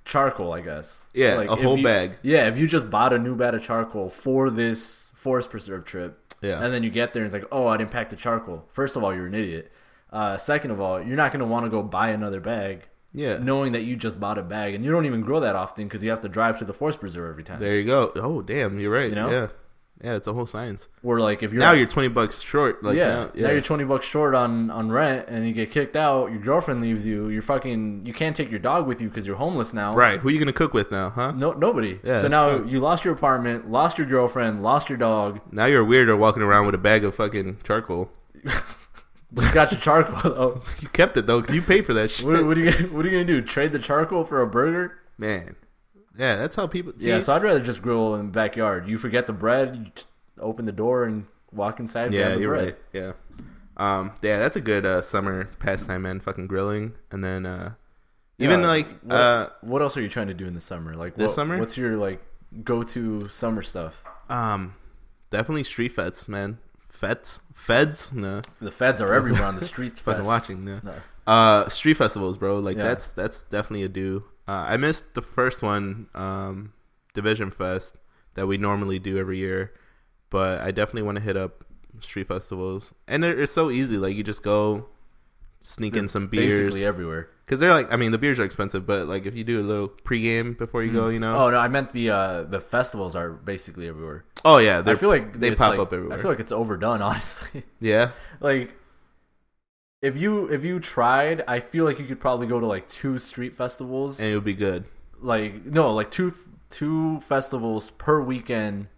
S2: charcoal, I guess.
S1: Yeah,
S2: like,
S1: a
S2: if
S1: whole
S2: you-
S1: bag.
S2: Yeah, if you just bought a new bag of charcoal for this forest preserve trip,
S1: Yeah.
S2: and then you get there and it's like, oh, I didn't pack the charcoal. First of all, you're an idiot. Uh, second of all, you're not gonna want to go buy another bag,
S1: Yeah.
S2: knowing that you just bought a bag, and you don't even grow that often because you have to drive to the forest preserve every time.
S1: There you go. Oh, damn. You're right.
S2: You know?
S1: Yeah. Yeah. It's a whole science.
S2: Where like if you're
S1: Now you're 20 bucks short. Like,
S2: yeah.
S1: Now, yeah.
S2: Now you're twenty bucks short on on rent, and you get kicked out. Your girlfriend leaves you. You're fucking. You can't take your dog with you because you're homeless now.
S1: right. Who you going to cook with now, huh?
S2: No, nobody.
S1: Yeah,
S2: so
S1: it's
S2: now
S1: fucked.
S2: you lost your apartment, lost your girlfriend, lost your dog.
S1: Now you're a weirdo walking around with a bag of fucking charcoal.
S2: But you got your charcoal. Though.
S1: You kept it, though, 'cause you paid for that shit.
S2: What, what are you gonna- What are you gonna do? Trade the charcoal for a burger?
S1: Man. Yeah, that's how people. See,
S2: yeah. So I'd rather just grill in the backyard. You forget the bread. You just open the door and walk inside.
S1: yeah
S2: grab the
S1: you're
S2: bread.
S1: right. Yeah. Um, yeah, that's a good uh, summer pastime, man. Fucking grilling. And then uh, even
S2: Yeah,
S1: like.
S2: what,
S1: Uh,
S2: what else are you trying to do in the summer? Like
S1: This
S2: what-
S1: summer?
S2: What's your like go to summer stuff?
S1: Um, definitely street feds, man. Feds, feds, no.
S2: The feds are everywhere on the streets.
S1: Fucking
S2: fests.
S1: watching, yeah.
S2: No.
S1: Uh, street festivals, bro. Like
S2: Yeah.
S1: that's that's definitely a do. Uh, I missed the first one, um, Division Fest that we normally do every year, but I definitely want to hit up street festivals. And they're, it's so easy. Like you just go sneak in some beers
S2: Basically everywhere.
S1: because they're like, I mean, the beers are expensive, but like if you do a little pregame before you go, you know.
S2: Oh no, I meant the uh, the festivals are basically everywhere.
S1: Oh, yeah, they're,
S2: I feel like
S1: they
S2: it's
S1: pop
S2: like-
S1: up everywhere.
S2: I feel like it's overdone, honestly.
S1: yeah,
S2: like if you if you tried, I feel like you could probably go to like two street festivals.
S1: and it'll be good.
S2: like no, like two two festivals per weekend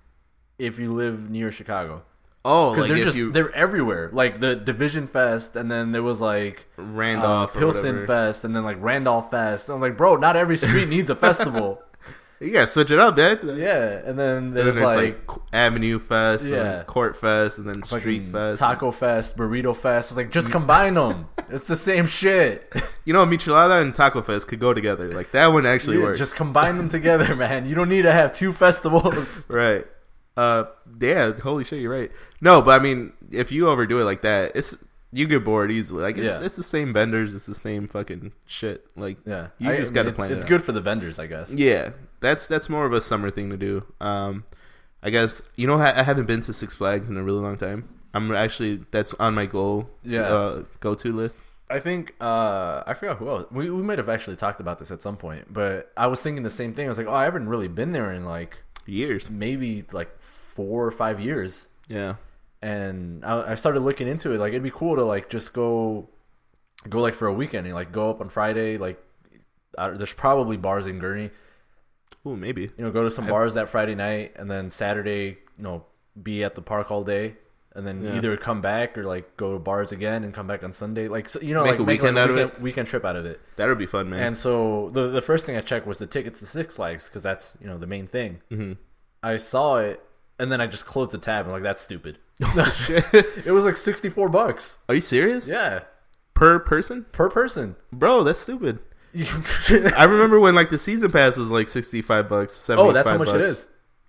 S2: if you live near Chicago.
S1: Oh,
S2: Because
S1: like
S2: they're
S1: if
S2: just
S1: you
S2: they're everywhere. Like the Division Fest, and then there was like uh,
S1: Randolph, or
S2: Pilsen
S1: whatever.
S2: Fest, and then like Randolph Fest. I was like, bro, not every street needs a festival.
S1: You gotta switch it up, man.
S2: Yeah, and then
S1: And then
S2: there's,
S1: there's
S2: like,
S1: like, Qu- Avenue Fest, and
S2: Yeah.
S1: then Court Fest, and then Street
S2: fucking
S1: Fest.
S2: Taco Fest, Burrito Fest. It's like just combine them. it's the same shit.
S1: You know, Michelada and Taco Fest could go together. Like that one actually
S2: Yeah,
S1: works.
S2: just combine them together, man. You don't need to have two festivals.
S1: right. Uh, yeah. Holy shit, you're right. No, but I mean, if you overdo it like that, it's you get bored easily. Like it's
S2: Yeah.
S1: it's the same vendors, it's the same fucking shit. Like
S2: Yeah,
S1: you
S2: I-
S1: just gotta
S2: it's,
S1: plan it
S2: It's
S1: out.
S2: good for the vendors, I guess.
S1: Yeah, that's that's more of a summer thing to do. Um, I guess you know I I haven't been to Six Flags in a really long time. I'm actually that's on my goal.
S2: Yeah.
S1: Uh, go to list.
S2: I think uh, I forgot who else. We we might have actually talked about this at some point, but I was thinking the same thing. I was like, oh, I haven't really been there in like
S1: Years.
S2: maybe like four or five years.
S1: Yeah.
S2: and I, I started looking into it. Like it'd be cool to like just go, go like for a weekend and like go up on Friday. Like I, there's probably bars in Gurney.
S1: Ooh, maybe.
S2: You know, go to some bars that Friday night and then Saturday. You know, be at the park all day and then
S1: Yeah.
S2: either come back or like go to bars again and come back on Sunday. Like so, you know,
S1: Make
S2: like
S1: a
S2: make, like,
S1: weekend out of it?
S2: weekend- Weekend trip out of it.
S1: That would be fun, man.
S2: And so the the first thing I checked was the tickets to Six Flags because that's you know the main thing.
S1: Mhm.
S2: I saw it and then I just closed the tab. I'm like, that's stupid.
S1: Oh, Shit.
S2: It was like sixty four bucks.
S1: Are you serious?
S2: Yeah,
S1: Per person,
S2: per person.
S1: bro. That's stupid.
S2: oh,
S1: I remember when like the season pass was like sixty five bucks, seventy five.
S2: that's how much
S1: bucks.
S2: it is.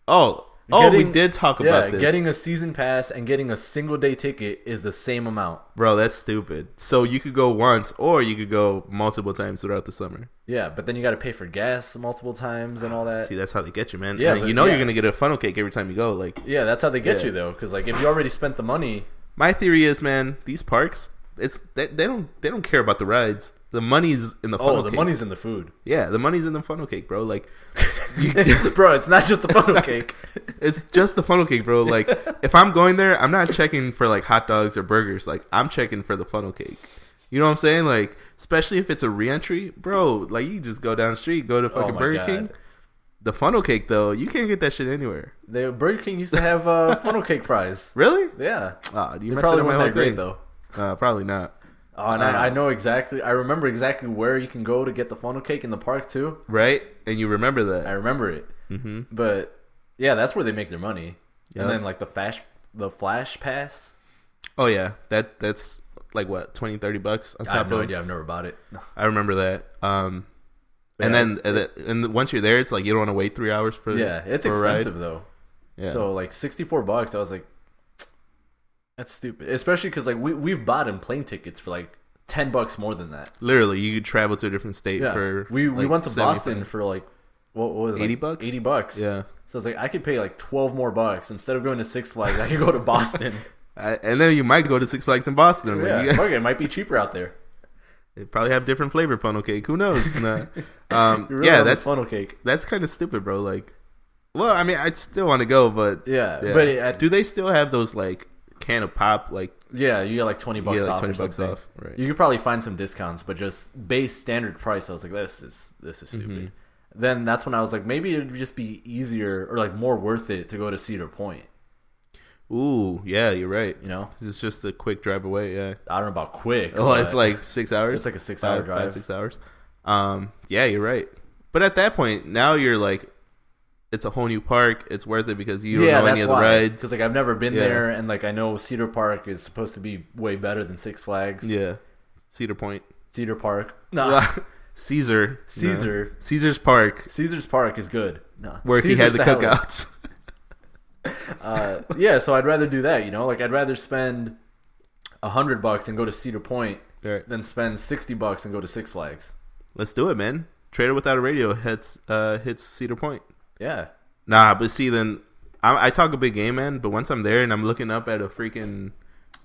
S1: Oh, oh,
S2: Getting-
S1: we did talk
S2: Yeah,
S1: about this,
S2: getting a season pass and getting a single day ticket is the same amount.
S1: bro. That's stupid. So you could go once, or you could go multiple times throughout the summer.
S2: Yeah, but then you got to pay for gas multiple times and all that.
S1: See, that's how they get you, man.
S2: Yeah,
S1: And
S2: but-
S1: you know
S2: yeah.
S1: you're gonna get a funnel cake every time you go. Like
S2: Yeah, that's how they get
S1: Yeah.
S2: you though, because like if you already spent the money,
S1: my theory is, man, these parks, it's they, they don't they don't care about the rides. The money's in the
S2: oh,
S1: funnel.
S2: the
S1: cake.
S2: money's in the food,
S1: yeah, the money's in the funnel cake, bro. Like, you,
S2: bro. It's not just the funnel cake.
S1: it's just the funnel cake, bro. Like, if I'm going there, I'm not checking for like hot dogs or burgers. Like, I'm checking for the funnel cake. You know what I'm saying? Like, especially if it's a reentry, bro. Like, you just go down the street, go to
S2: Oh
S1: fucking
S2: my
S1: Burger
S2: God.
S1: King. The funnel cake, though, you can't get that shit anywhere.
S2: They, Burger King used to have uh, funnel cake fries.
S1: Really?
S2: Yeah,
S1: Ah, you
S2: they
S1: messing
S2: probably
S1: up my
S2: weren't
S1: whole
S2: that great
S1: thing.
S2: though.
S1: Uh, probably not.
S2: Oh, and I, I know exactly. I remember exactly where you can go to get the funnel cake in the park too.
S1: Right? And you remember
S2: I
S1: that?
S2: remember it.
S1: Mm-hmm.
S2: But yeah, that's where they make their money.
S1: Yeah.
S2: And then like the flash, the flash pass.
S1: Oh yeah, that that's like what 20, 30 bucks on top
S2: I have no
S1: of.
S2: idea. I've never bought it.
S1: I remember that. Um, and
S2: Yeah.
S1: then and, the- and the- once you're there, it's like you don't want to wait three hours for
S2: Yeah, it's
S1: for a ride.
S2: expensive though.
S1: Yeah.
S2: So like sixty four bucks, I was like, that's stupid. Especially because like we we've bought in plane tickets for like ten bucks more than that.
S1: Literally, you could travel to a different state
S2: Yeah,
S1: for
S2: we we
S1: like,
S2: went to
S1: 75.
S2: Boston for like what, what was it,
S1: 80
S2: like,
S1: bucks?
S2: Eighty bucks.
S1: Yeah,
S2: So I was like, I could pay like twelve more bucks instead of going to Six Flags. I could go to Boston.
S1: I, and then you might go to Six Flags in Boston. when
S2: yeah,
S1: you-
S2: fuck, it might be cheaper out there.
S1: they probably have different flavor funnel cake. Who knows? Nah. um,
S2: You're really
S1: yeah,
S2: on this
S1: that's
S2: funnel cake.
S1: that's kind of stupid, bro. Like, well, I mean, I'd still want to go, but
S2: Yeah,
S1: yeah.
S2: but it, I,
S1: do they still have those like can of pop like
S2: yeah, you get like twenty
S1: you
S2: bucks
S1: get like
S2: off.
S1: twenty
S2: Twenty
S1: bucks off? Right.
S2: You could probably find some discounts, but just base standard price, I was like, this is this is stupid.
S1: Mm-hmm.
S2: Then that's when I was like, maybe it'd just be easier or like more worth it to go to Cedar Point.
S1: Ooh, yeah, you're right.
S2: You know,
S1: 'Cause It's just a quick drive away. Yeah.
S2: I don't know about quick.
S1: Oh,
S2: but
S1: it's like six hours.
S2: it's like a six-hour
S1: Five- five,
S2: drive.
S1: six hours. Um, yeah, you're right. But at that point, now you're like, it's a whole new park. It's worth it because you
S2: yeah,
S1: don't know any
S2: that's
S1: of the
S2: why.
S1: rides.
S2: Because like I've never been
S1: Yeah.
S2: there, and like I know Cedar Park is supposed to be way better than Six Flags.
S1: Yeah, Cedar Point,
S2: Cedar Park. No,
S1: Caesar,
S2: Ah. Caesar.
S1: No. Caesar's Park,
S2: Caesar's Park is good. No,
S1: where he had
S2: Caesar's
S1: the
S2: salad.
S1: cookouts.
S2: uh, yeah, so I'd rather do that. You know, like I'd rather spend a hundred bucks and go to Cedar Point
S1: All right,
S2: than spend sixty bucks and go to Six Flags.
S1: let's do it, man. Trader without a radio hits uh, hits Cedar Point.
S2: Yeah,
S1: Nah, but see, then I, I talk a big game, man. But once I'm there and I'm looking up at a freaking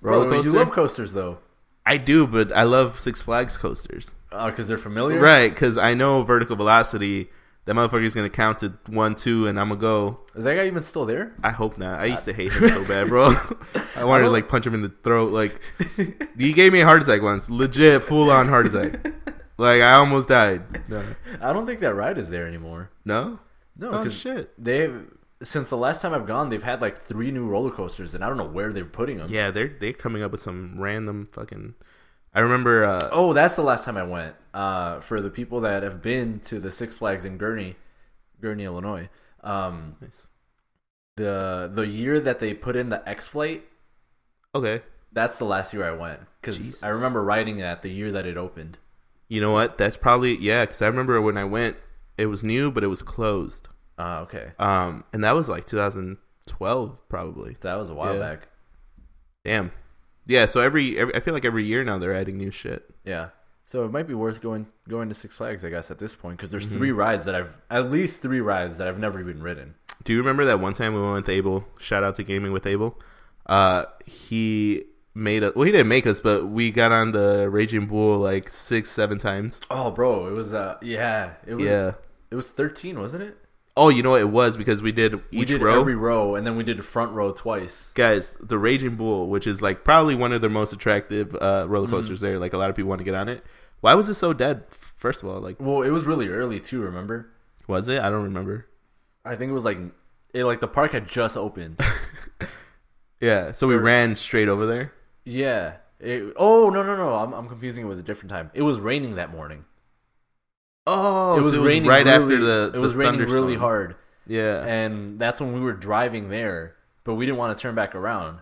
S1: roller
S2: Bro,
S1: coaster,
S2: you love coasters though,
S1: I do, but I love Six Flags coasters.
S2: because Uh, they're familiar.
S1: Right, because I know vertical velocity. That motherfucker's gonna count to one, two, and I'm gonna go.
S2: Is that guy even still there?
S1: I hope not. I used to hate him so bad, bro. I wanted to like punch him in the throat. Like he gave me a heart attack once, legit, full on heart attack. Like I almost died. No,
S2: I don't think that ride is there anymore.
S1: no,
S2: No,
S1: oh
S2: 'cause
S1: shit.
S2: They've since the last time I've gone, they've had like three new roller coasters, and I don't know where they're putting them.
S1: Yeah, they're they're coming up with some random fucking. I remember. uh
S2: Oh, that's the last time I went. Uh, for the people that have been to the Six Flags in Gurney, Gurney, Illinois, um, the the year that they put in the X Flight,
S1: Okay,
S2: that's the last year I went because
S1: Jesus.
S2: I remember riding that the year that it opened.
S1: you know what? That's probably yeah. Because I remember when I went, it was new, but it was closed.
S2: Ah, okay,
S1: Um, and that was like 2012, probably.
S2: that was a while
S1: Yeah.
S2: back.
S1: Damn. Yeah, so every, every I feel like every year now they're adding new shit.
S2: Yeah. So it might be worth going going to Six Flags, I guess, at this point, because there's
S1: Mm-hmm.
S2: three rides that I've at least three rides that I've never even ridden.
S1: Do you remember that one time we went with Abel? Shout out to Gaming with Abel. Uh, he made us. Well, he didn't make us, but we got on the Raging Bull like six, seven times.
S2: Oh, bro, it was uh, yeah, it was
S1: Yeah.
S2: it was thirteen, wasn't it?
S1: Oh, you know what it was because we did
S2: we
S1: each
S2: did
S1: row.
S2: every row, and then we did a front row twice.
S1: Guys, the Raging Bull, which is like probably one of their most attractive uh, roller
S2: Mm-hmm.
S1: coasters there. Like a lot of people want to get on it. Why was it so dead? First of all, like
S2: Well, it was really early too. Remember?
S1: was it? I don't remember.
S2: I think it was like it like the park had just opened.
S1: Yeah, so we ran straight over there.
S2: Yeah. It, oh no no no! I'm, I'm confusing it with a different time. It was raining that morning.
S1: Oh,
S2: It was,
S1: so
S2: raining
S1: right
S2: really-
S1: after the
S2: It was
S1: the
S2: raining really
S1: thunderstorm.
S2: hard,
S1: Yeah,
S2: and that's when we were driving there, but we didn't want to turn back around.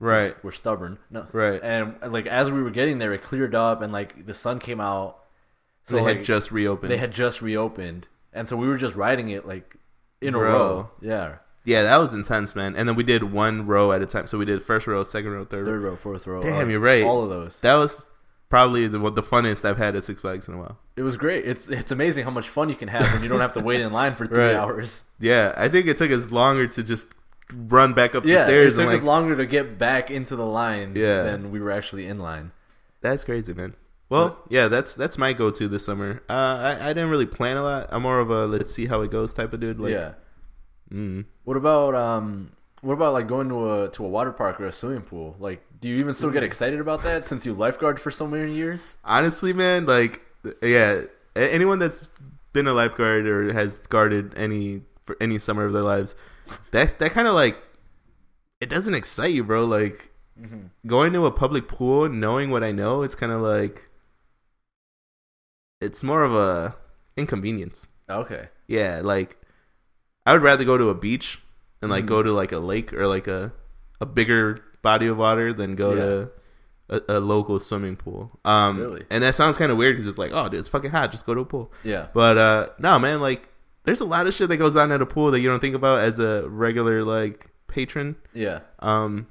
S1: right.
S2: We're stubborn. No.
S1: Right.
S2: And like as we were getting there, it cleared up, and like the sun came out. So
S1: they
S2: like,
S1: had just reopened.
S2: they had just reopened, and so we were just riding it like in
S1: Bro.
S2: a row. Yeah.
S1: yeah, that was intense, man. And then we did one row at a time. So we did first row, second row, third. row.
S2: Third row, fourth row.
S1: Damn,
S2: uh,
S1: you're right.
S2: All of those.
S1: That was probably the the funnest I've had at Six Flags in a while.
S2: It was great. It's it's amazing how much fun you can have when you don't have to wait in line for three
S1: Right.
S2: hours.
S1: Yeah, I think it took us longer to just run back up the
S2: Yeah, it
S1: stairs
S2: took
S1: and like
S2: us longer to get back into the line
S1: Yeah.
S2: than we were actually in line.
S1: that's crazy, man. Well, yeah, that's that's my go-to this summer. Uh, I, I didn't really plan a lot. I'm more of a let's see how it goes type of dude. Like,
S2: yeah.
S1: mm.
S2: What about um? What about like going to a to a water park or a swimming pool? Like, do you even still get excited about that since you lifeguard for so many years?
S1: honestly, man, like, yeah, a- anyone that's been a lifeguard or has guarded any for any summer of their lives, that that kind of like it doesn't excite you, bro. Like
S2: Mm-hmm.
S1: going to a public pool, knowing what I know, it's kind of like it's more of a inconvenience.
S2: Okay.
S1: Yeah, like I would rather go to a beach and like
S2: Mhm.
S1: go to like a lake or like a a bigger body of water than go to a, a local swimming pool. Um
S2: Really?
S1: and that sounds kind of weird cuz it's like, oh dude, it's fucking hot, just go to a pool.
S2: Yeah.
S1: But uh no, man, like there's a lot of shit that goes on at a pool that you don't think about as a regular like patron.
S2: Yeah.
S1: Um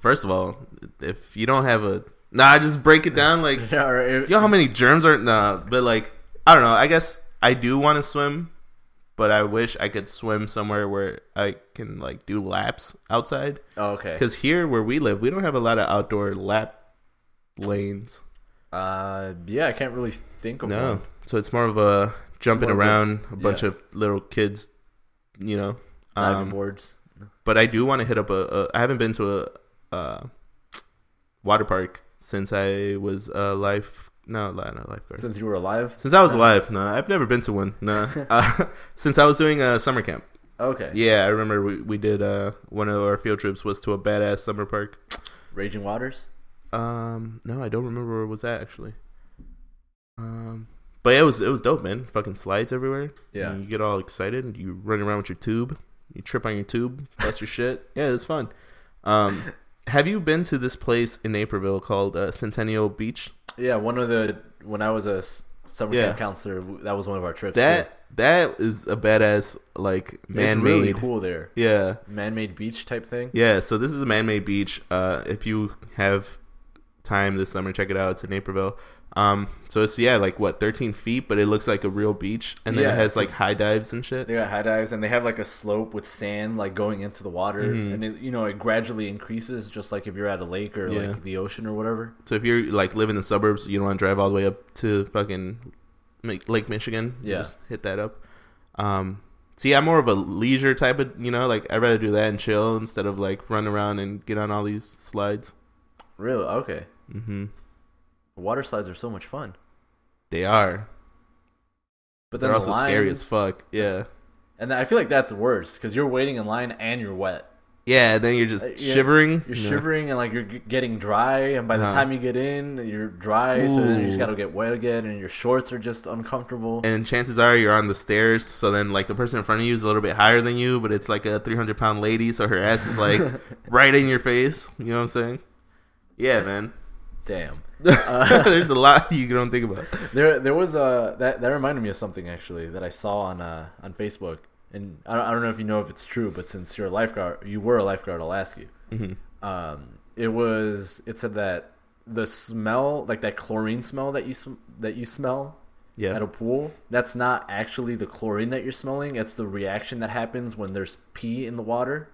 S1: first of all, if you don't have a Nah, just break it down like
S2: All right.
S1: you know how many germs are nah, but like I don't know. I guess I do want to swim, but I wish I could swim somewhere where I can like do laps outside.
S2: Oh, okay.
S1: Because here where we live, we don't have a lot of outdoor lap lanes.
S2: Uh, yeah, I can't really think of
S1: No,
S2: one.
S1: so it's more of a jumping
S2: More of a-
S1: around a bunch
S2: yeah.
S1: of little kids, you know.
S2: Diving
S1: Um,
S2: boards.
S1: but I do want to hit up a. a I haven't been to a, uh water park since I was a life. No, li- not lifeguard.
S2: Since you were alive.
S1: Since I was alive, no, I've never been to one. No, uh, since I was doing a summer camp,
S2: Okay.
S1: yeah, I remember we, we did uh, one of our field trips was to a badass summer park.
S2: Raging Waters.
S1: Um, no, I don't remember where it was at actually. Um, but it was it was dope, man. Fucking slides everywhere.
S2: Yeah.
S1: And you get all excited. and You run around with your tube. You trip on your tube, bust your shit. Yeah, it's fun. Um, have you been to this place in Naperville called uh, Centennial Beach?
S2: Yeah, one of the when I was a s- summer
S1: Yeah.
S2: camp counselor, w- that was one of our trips. too.
S1: That that is a badass like
S2: it's
S1: man made.
S2: really cool there.
S1: Yeah.
S2: Man-made beach type thing.
S1: Yeah, so this is a man-made beach. Uh, if you have time this summer, check it out. It's in Naperville. Um, so it's yeah, like what, 13 feet, but it looks like a real beach, and then
S2: Yeah,
S1: it has like
S2: 'cause-
S1: high dives and shit.
S2: They got high dives and they have like a slope with sand like going into the water,
S1: Mm-hmm.
S2: and it, you know it gradually increases, just like if you're at a lake or
S1: Yeah.
S2: like the ocean or whatever.
S1: So if you're like live in the suburbs, you don't want to drive all the way up to fucking Mi- Lake Michigan. you
S2: Yeah.
S1: just hit that up. Um, see, I'm more of a leisure type of, you know, like I'd rather do that and chill instead of like run around and get on all these slides.
S2: Really? Okay.
S1: Mm-hmm.
S2: Water slides are so much fun,
S1: They are.
S2: but then
S1: They're
S2: the
S1: also scary as
S2: lines-
S1: fuck. Yeah.
S2: And I feel like that's worse because you're waiting in line and you're wet.
S1: Yeah, then you're just
S2: Uh, yeah,
S1: shivering.
S2: You're
S1: Yeah.
S2: shivering and like you're g- getting dry, and by the
S1: Uh-huh.
S2: time you get in, you're dry. So then you
S1: Ooh.
S2: just gotta get wet again, and your shorts are just uncomfortable.
S1: and chances are you're on the stairs so then like the person in front of you is a little bit higher than you but it's like a 300 pound lady so her ass is like right in your face you know what i'm saying yeah man
S2: Damn. Uh,
S1: there's a lot you don't think about
S2: There, there was a that that reminded me of something actually that I saw on uh, on Facebook, and I don't, I don't know if you know if it's true, but since you're a lifeguard, you were a lifeguard. I'll ask you.
S1: Mm-hmm.
S2: Um, it was it said that the smell, like that chlorine smell that you sm- that you smell at
S1: yeah
S2: a pool, that's not actually the chlorine that you're smelling. It's the reaction that happens when there's pee in the water,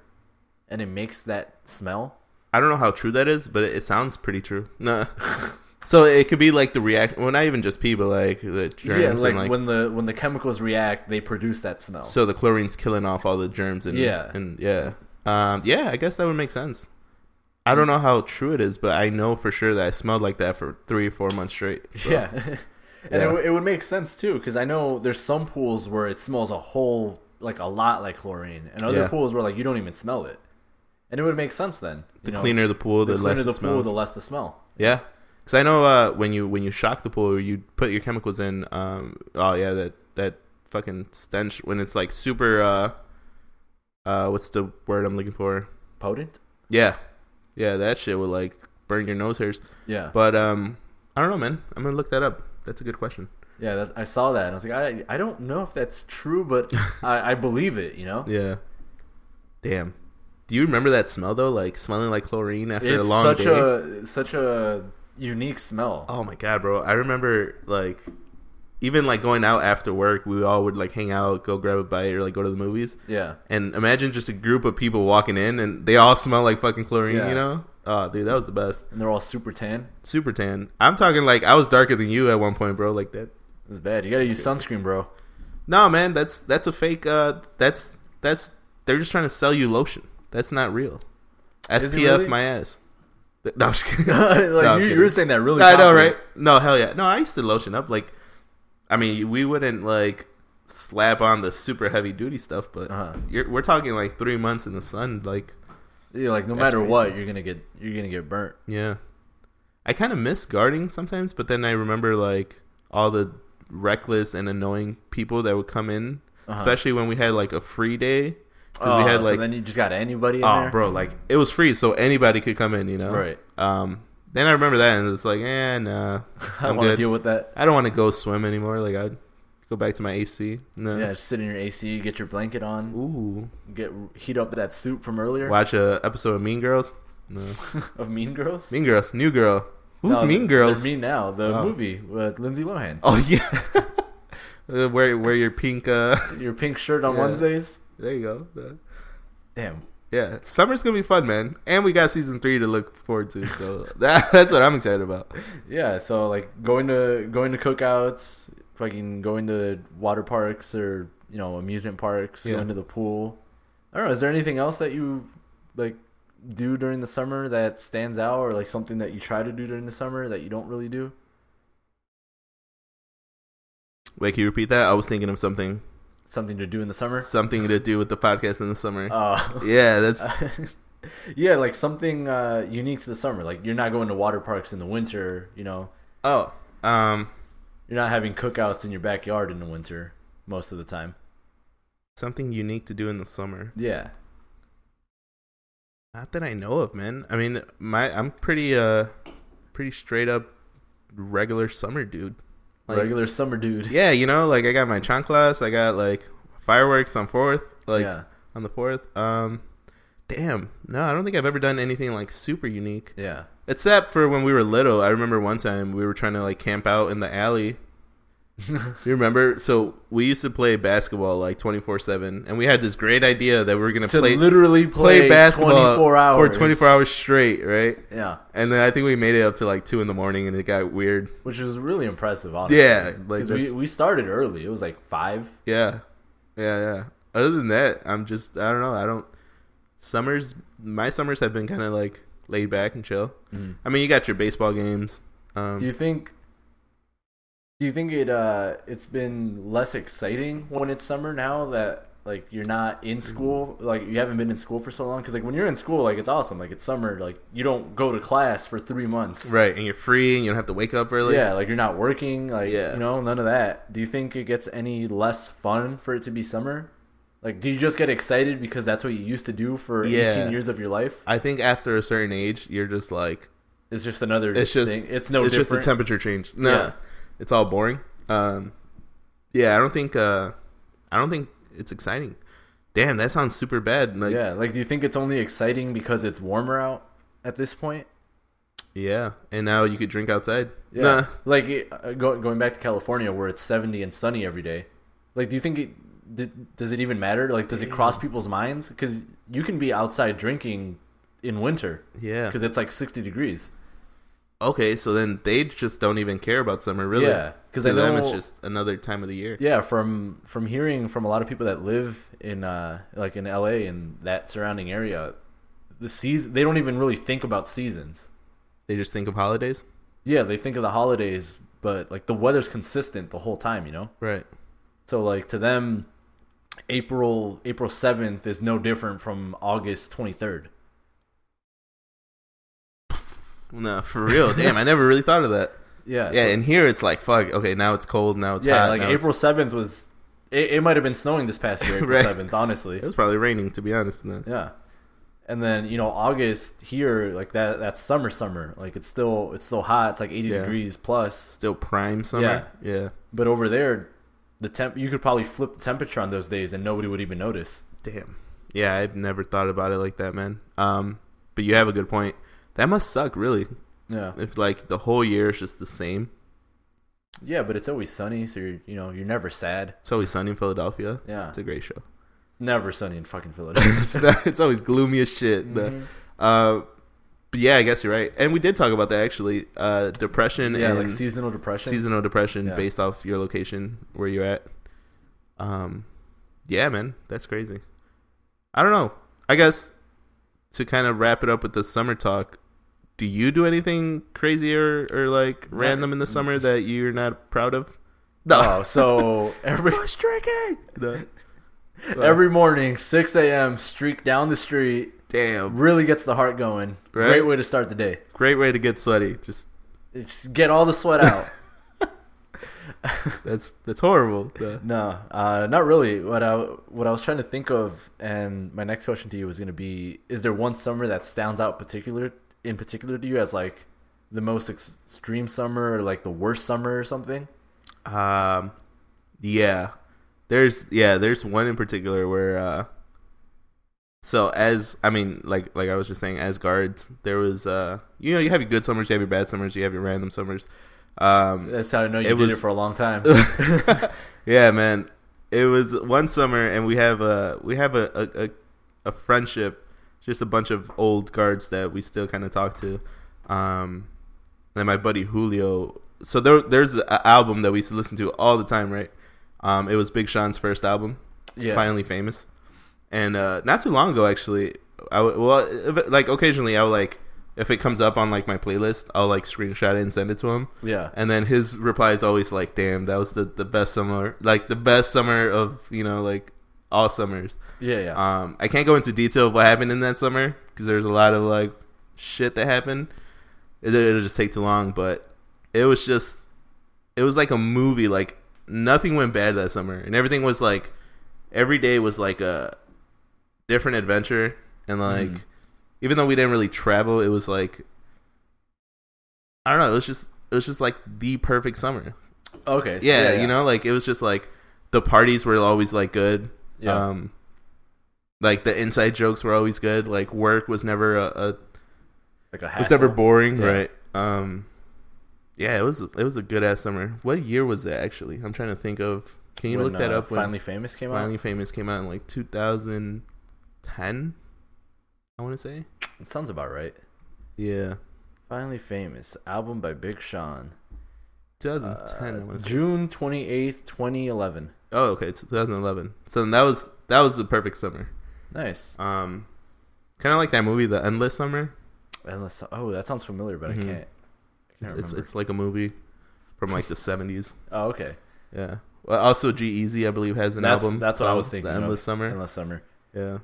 S2: and it makes that smell.
S1: i don't know how true that is but it, it sounds pretty true nah. so it could be like the react well not even just pee but like the germs
S2: yeah, like,
S1: and like
S2: when the when the chemicals react, they produce that smell.
S1: so the chlorine's killing off all the germs and
S2: Yeah.
S1: and yeah um yeah i guess that would make sense I don't know how true it is, but I know for sure that I smelled like that for three or four months straight. so.
S2: Yeah. and It,
S1: Yeah.
S2: w- it would make sense too because I know there's some pools where it smells a whole like a lot like chlorine, and other
S1: Yeah.
S2: pools where like you don't even smell it. and it would make sense then.
S1: The
S2: you know,
S1: cleaner the pool, the, less
S2: the cleaner
S1: it
S2: the pool,
S1: smells.
S2: the less the smell.
S1: Yeah, because I know uh, when you when you shock the pool, you put your chemicals in. Um, oh yeah, that that fucking stench when it's like super. Uh, uh, what's the word I'm looking for?
S2: Potent.
S1: Yeah, yeah, that shit would like burn your nose hairs.
S2: Yeah,
S1: But um, I don't know, man. I'm gonna look that up. That's a good question.
S2: yeah. That's, I saw that. And I was like, I, I don't know if that's true, but I, I believe it. You know,
S1: Yeah. Damn. Do you remember that smell though? Like smelling like chlorine after
S2: it's
S1: a long
S2: such
S1: day.
S2: a such a unique smell.
S1: Oh my god, bro! I remember like even like going out after work, we all would like hang out, go grab a bite, or like go to the movies.
S2: Yeah,
S1: And imagine just a group of people walking in, and they all smell like fucking chlorine.
S2: Yeah.
S1: You know? Oh, dude, that was the best.
S2: and they're all super tan.
S1: Super tan. I'm talking like I was darker than you at one point, bro. Like that.
S2: It's bad. You gotta use sunscreen, bro.
S1: No, man, that's that's a fake. Uh, that's that's they're just trying to sell you lotion. That's not real. SPF
S2: Is it really?
S1: my ass. Th- No, I'm just kidding. No,
S2: like
S1: I'm
S2: you, you
S1: kidding.
S2: were saying that really.
S1: I know, right?
S2: confident.
S1: No, hell yeah. No, I used to lotion up. Like, I mean, we wouldn't like slap on the super heavy duty stuff, but
S2: Uh-huh.
S1: you're, we're talking like three months in the sun. Like,
S2: Yeah, like no
S1: That's
S2: matter
S1: crazy.
S2: what, you're gonna get you're gonna get burnt.
S1: yeah, I kind of miss guarding sometimes, but then I remember like all the reckless and annoying people that would come in,
S2: Uh-huh.
S1: especially when we had like a free day. Because
S2: Oh,
S1: we had
S2: so
S1: like
S2: then you just got anybody in
S1: oh
S2: there,
S1: bro like it was free so anybody could come in you know
S2: Right.
S1: um then i remember that and it's like eh nah
S2: I
S1: i'm
S2: want to
S1: good
S2: deal with that.
S1: i don't want to go swim anymore like i'd go back to my ac no
S2: Yeah, just sit in your AC, get your blanket on,
S1: ooh
S2: get heat up that soup from earlier
S1: watch a episode of mean girls no
S2: of Mean Girls.
S1: mean girls new girl who's
S2: No,
S1: mean girls
S2: They're mean now. The
S1: Oh.
S2: movie with Lindsay Lohan.
S1: oh yeah Uh, wear wear your pink uh
S2: Your pink shirt on
S1: Yeah.
S2: Wednesdays.
S1: there you go Uh,
S2: Damn.
S1: yeah summer's gonna be fun man and we got season three to look forward to so that, that's what i'm excited about
S2: Yeah. So like going to going to cookouts, fucking going to water parks or you know amusement parks,
S1: Yeah.
S2: going to the pool. I don't know. Is there anything else that you like do during the summer that stands out, or like something that you try to do during the summer that you don't really do?
S1: wait can you repeat that i was thinking of something
S2: Something to do in the summer.
S1: something to do with the podcast in the summer.
S2: Uh,
S1: yeah, that's
S2: yeah, like something uh, unique to the summer. Like you're not going to water parks in the winter. You know,
S1: oh. Um
S2: you're not having cookouts in your backyard in the winter most of the time.
S1: something unique to do in the summer.
S2: Yeah,
S1: Not that I know of, man. I mean, my I'm pretty uh pretty straight up regular summer dude. Like
S2: regular summer dude.
S1: Yeah, you know, like I got my chanclas, I got like fireworks on 4th, like
S2: yeah,
S1: on the 4th. Um damn. No, I don't think I've ever done anything like super unique.
S2: yeah.
S1: Except for when we were little, I remember one time we were trying to like camp out in the alley. you remember? So we used to play basketball like twenty four seven, and we had this great idea that we were gonna
S2: To
S1: play
S2: literally play,
S1: play, basketball
S2: 24 hours
S1: for twenty four hours straight, right?
S2: Yeah,
S1: And then I think we made it up to like two in the morning, and it got weird.
S2: which was really impressive. Honestly.
S1: Yeah, like,
S2: 'Cause we
S1: that's-
S2: we started early. It was like five.
S1: Yeah, yeah, yeah. Other than that, I'm just I don't know. I don't. Summers, my summers have been kind of like laid back and chill. I mean, you got your baseball games. Um,
S2: Do you think? Do you think it uh it's been less exciting when it's summer now that like you're not in school like you haven't been in school for so long because like when you're in school like it's awesome like it's summer like you don't go to class for three months
S1: Right, and you're free, and you don't have to wake up early.
S2: yeah like you're not working like
S1: Yeah.
S2: you know none of that do you think it gets any less fun for it to be summer like do you just get excited because that's what you used to do for
S1: Yeah.
S2: 18 years of your life
S1: I think after a certain age, you're just like
S2: it's just another
S1: it's just
S2: thing it's no
S1: it's just
S2: different
S1: a temperature change. No,
S2: Yeah.
S1: it's all boring. Um, yeah, I don't think uh, I don't think it's exciting. Damn, that sounds super bad. Like, yeah,
S2: yeah like do you think it's only exciting because it's warmer out at this point
S1: and now you could drink outside.
S2: Yeah.
S1: Nah,
S2: Like it- uh, go, going back to California where it's 70 and sunny every day. Like do you think it did, does it even matter? Like does it cross people's minds cuz you can be outside drinking in winter
S1: yeah.
S2: cuz it's like 60 degrees.
S1: Okay, so then they just don't even care about summer, really.
S2: Yeah, 'cause
S1: to
S2: I
S1: them
S2: know-
S1: it's just another time of the year.
S2: Yeah, from from hearing from a lot of people that live in uh like in LA and that surrounding area, the season they don't even really think about seasons.
S1: They just think of holidays.
S2: Yeah, they think of the holidays, but like the weather's consistent the whole time, you know?
S1: Right.
S2: So like to them, April April seventh is no different from August twenty third.
S1: No, for real. Damn, I never really thought of that.
S2: Yeah.
S1: Yeah,
S2: so-
S1: and here it's like fuck. Okay, now it's cold. Now it's
S2: yeah,
S1: hot.
S2: like
S1: now it's-
S2: April seventh was. It, it might have been snowing this past year, April
S1: Right.
S2: seventh. Honestly,
S1: It was probably raining, to be honest. Then.
S2: yeah. And then you know August here, like that. That's summer, summer. Like it's still it's still hot. It's like eighty
S1: Yeah.
S2: degrees plus.
S1: Still prime summer. Yeah.
S2: But over there, the temp you could probably flip the temperature on those days and nobody would even notice.
S1: Damn. Yeah, I've never thought about it like that, man. Um, but you have a good point. That must suck, really.
S2: Yeah.
S1: If like the whole year is just the same.
S2: Yeah, but it's always sunny, so you're you know you're never sad.
S1: It's always sunny in Philadelphia.
S2: Yeah.
S1: It's a great show.
S2: It's never sunny in fucking Philadelphia.
S1: it's, not- it's always gloomy as shit.
S2: Mm-hmm.
S1: The- uh, but yeah, I guess you're right. And we did talk about that actually. Uh, depression
S2: yeah,
S1: and
S2: like seasonal depression.
S1: seasonal depression
S2: Yeah.
S1: based off your location where you're at. Um, yeah, man, that's crazy. I don't know. I guess to kind of wrap it up with the summer talk. Do you do anything crazier or like random in the summer that you're not proud of?
S2: Oh, so every
S1: Bush drinking. No.
S2: every morning, six a.m. streak down the street
S1: Damn.
S2: really gets the heart going.
S1: Right?
S2: Great way to start the day.
S1: Great way to get sweaty. Just
S2: Just get all the sweat out.
S1: that's that's horrible. The-
S2: no, uh, not really. What I what I was trying to think of, and my next question to you was going to be: Is there one summer that stands out particular in particular to you as like the most ex- extreme summer, or like the worst summer, or something?
S1: Um, yeah, there's yeah, there's one in particular where uh, so as I mean, like like I was just saying, as guards, there was uh, you know, you have your good summers, you have your bad summers, you have your random summers. Um,
S2: That's how I know you
S1: It
S2: did
S1: was-
S2: it for a long time.
S1: yeah, man, it was one summer, and we have a we have a a, a, a friendship, just a bunch of old guards that we still kind of talk to. Um, and my buddy Julio. So there, there's an album that we used to listen to all the time, right? Um, it was Big Sean's first album,
S2: Yeah.
S1: finally famous, and uh, not too long ago actually. I would, well, if it- like occasionally I'll like if it comes up on like my playlist, I'll like screenshot it and send it to him.
S2: yeah.
S1: And then his reply is always like, "Damn, that was the the best summer, like the best summer of you know like all summers."
S2: Yeah. Yeah.
S1: Um, I can't go into detail of what happened in that summer because there's a lot of like shit that happened. It- It'll just take too long, but it was just, it was like a movie. Like nothing went bad that summer, and everything was like, every day was like a different adventure, and like,
S2: Mhm.
S1: even though we didn't really travel, it was like, I don't know. It was just, it was just like the perfect summer.
S2: okay. so-
S1: Yeah, you know, like it was just like the parties were always like good.
S2: Yeah.
S1: Um, like the inside jokes were always good. Like work was never a, a
S2: like a
S1: was
S2: hassle.
S1: never boring,
S2: Yeah.
S1: right? Um, yeah, it was it was a good ass summer. What year was that actually? I'm trying to think of. Can you
S2: When,
S1: look that
S2: uh,
S1: up? When
S2: Finally famous came
S1: Finally
S2: out.
S1: Famous came out in like 2010. I want to say.
S2: It sounds about right.
S1: Yeah,
S2: Finally famous album by Big Sean.
S1: 2010. I
S2: Uh,
S1: want to say.
S2: June twenty eighth, twenty eleven.
S1: Oh, okay, 2011. So then that was that was the perfect summer.
S2: Nice.
S1: Um, kind of like that movie, The Endless Summer.
S2: Endless. Oh, that sounds familiar, but
S1: Mhm.
S2: I can't. I can't
S1: It's
S2: remember.
S1: it's like a movie from like the seventies.
S2: oh, okay.
S1: Yeah. Well, also G Easy, I believe, has an
S2: that's,
S1: album.
S2: That's what I
S1: called
S2: was thinking.
S1: The Endless
S2: of.
S1: Summer.
S2: Endless summer.
S1: Yeah.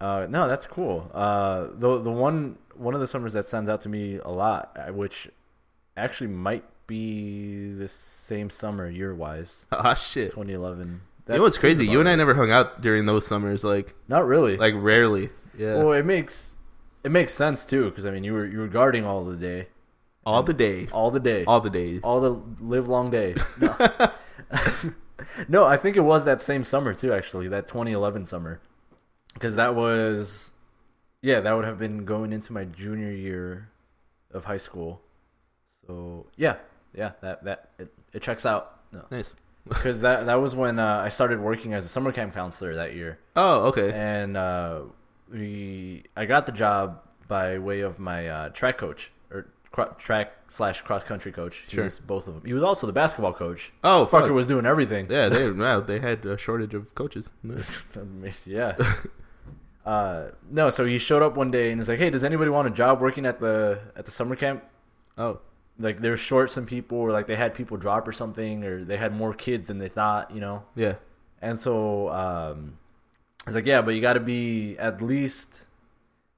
S2: Uh, no, that's cool. Uh, the the one one of the summers that stands out to me a lot, uh, which actually might be the same summer year wise,
S1: Ah shit.
S2: twenty eleven.
S1: you know what's crazy? You and I never hung out during those summers, like
S2: Not really.
S1: like rarely. Yeah.
S2: well, it makes it makes sense too, because I mean, you were you were guarding all the day,
S1: all the day.
S2: all the day,
S1: All the days.
S2: all the live long day. No. no, I think it was that same summer too. Actually, that 2011 summer, because that was, yeah, that would have been going into my junior year of high school. So yeah, yeah, that that it, it checks out. No,
S1: Nice.
S2: because that that was when uh, I started working as a summer camp counselor that year,
S1: Oh, okay.
S2: and uh, we I got the job by way of my uh, track coach or cro- track slash cross country coach. He
S1: Sure.
S2: was both of them. He was also the basketball coach.
S1: Oh, fuck.
S2: Fucker was doing everything.
S1: Yeah, they wow, they had a shortage of coaches. Yeah.
S2: yeah. Uh, no, so he showed up one day and he's like, "Hey, does anybody want a job working at the at the summer camp?
S1: Oh.
S2: Like they're short some people, or like they had people drop or something, or they had more kids than they thought, you know."
S1: Yeah.
S2: And so um, I was like, "Yeah, but you got to be at least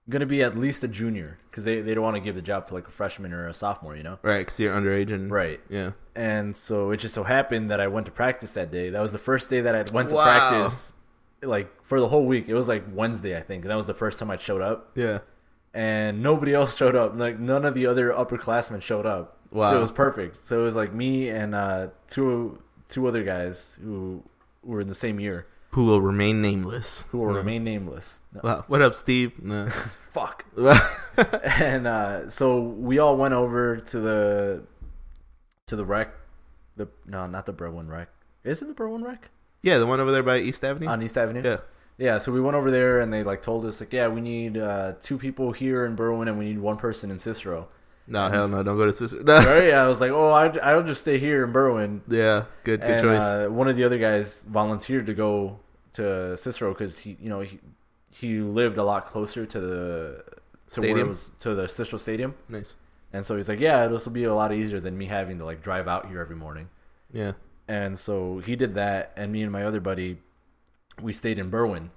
S2: going to be at least a junior because they, they don't want to give the job to like a freshman or a sophomore, you know?
S1: Right, because you're underage and
S2: Right.
S1: Yeah.
S2: And so it just so happened that I went to practice that day. That was the first day that I went to
S1: Wow.
S2: practice, like for the whole week. It was like Wednesday, I think. And that was the first time I showed up.
S1: Yeah.
S2: and nobody else showed up. Like none of the other upperclassmen showed up.
S1: Wow.
S2: So it was perfect. So it was like me and uh, two two other guys who were in the same year
S1: Who will remain nameless?
S2: who will remain nameless. No,
S1: Wow. What up, Steve? Nah.
S2: fuck.
S1: yeah.
S2: And uh, so we all went over to the to the wreck. The no, not the Berwyn wreck. Is it the Berwyn wreck
S1: The one over there by East Avenue.
S2: on East Avenue?
S1: yeah.
S2: Yeah, so we went over there and they like told us like, yeah, we need uh, two people here in Berwyn and we need one person in Cicero.
S1: No, hell no. Don't go to sister. No.
S2: right? I was like, oh, I, I'll just stay here in Berwyn.
S1: Yeah. Good. Good
S2: and
S1: choice.
S2: Uh, one of the other guys volunteered to go to Cicero because he, you know, he he lived a lot closer to the to where
S1: Stadium?
S2: it was to the Cicero Stadium,
S1: nice.
S2: and so he's like, yeah, this will be a lot easier than me having to like drive out here every morning.
S1: Yeah.
S2: And so he did that, and me and my other buddy, we stayed in Berwyn.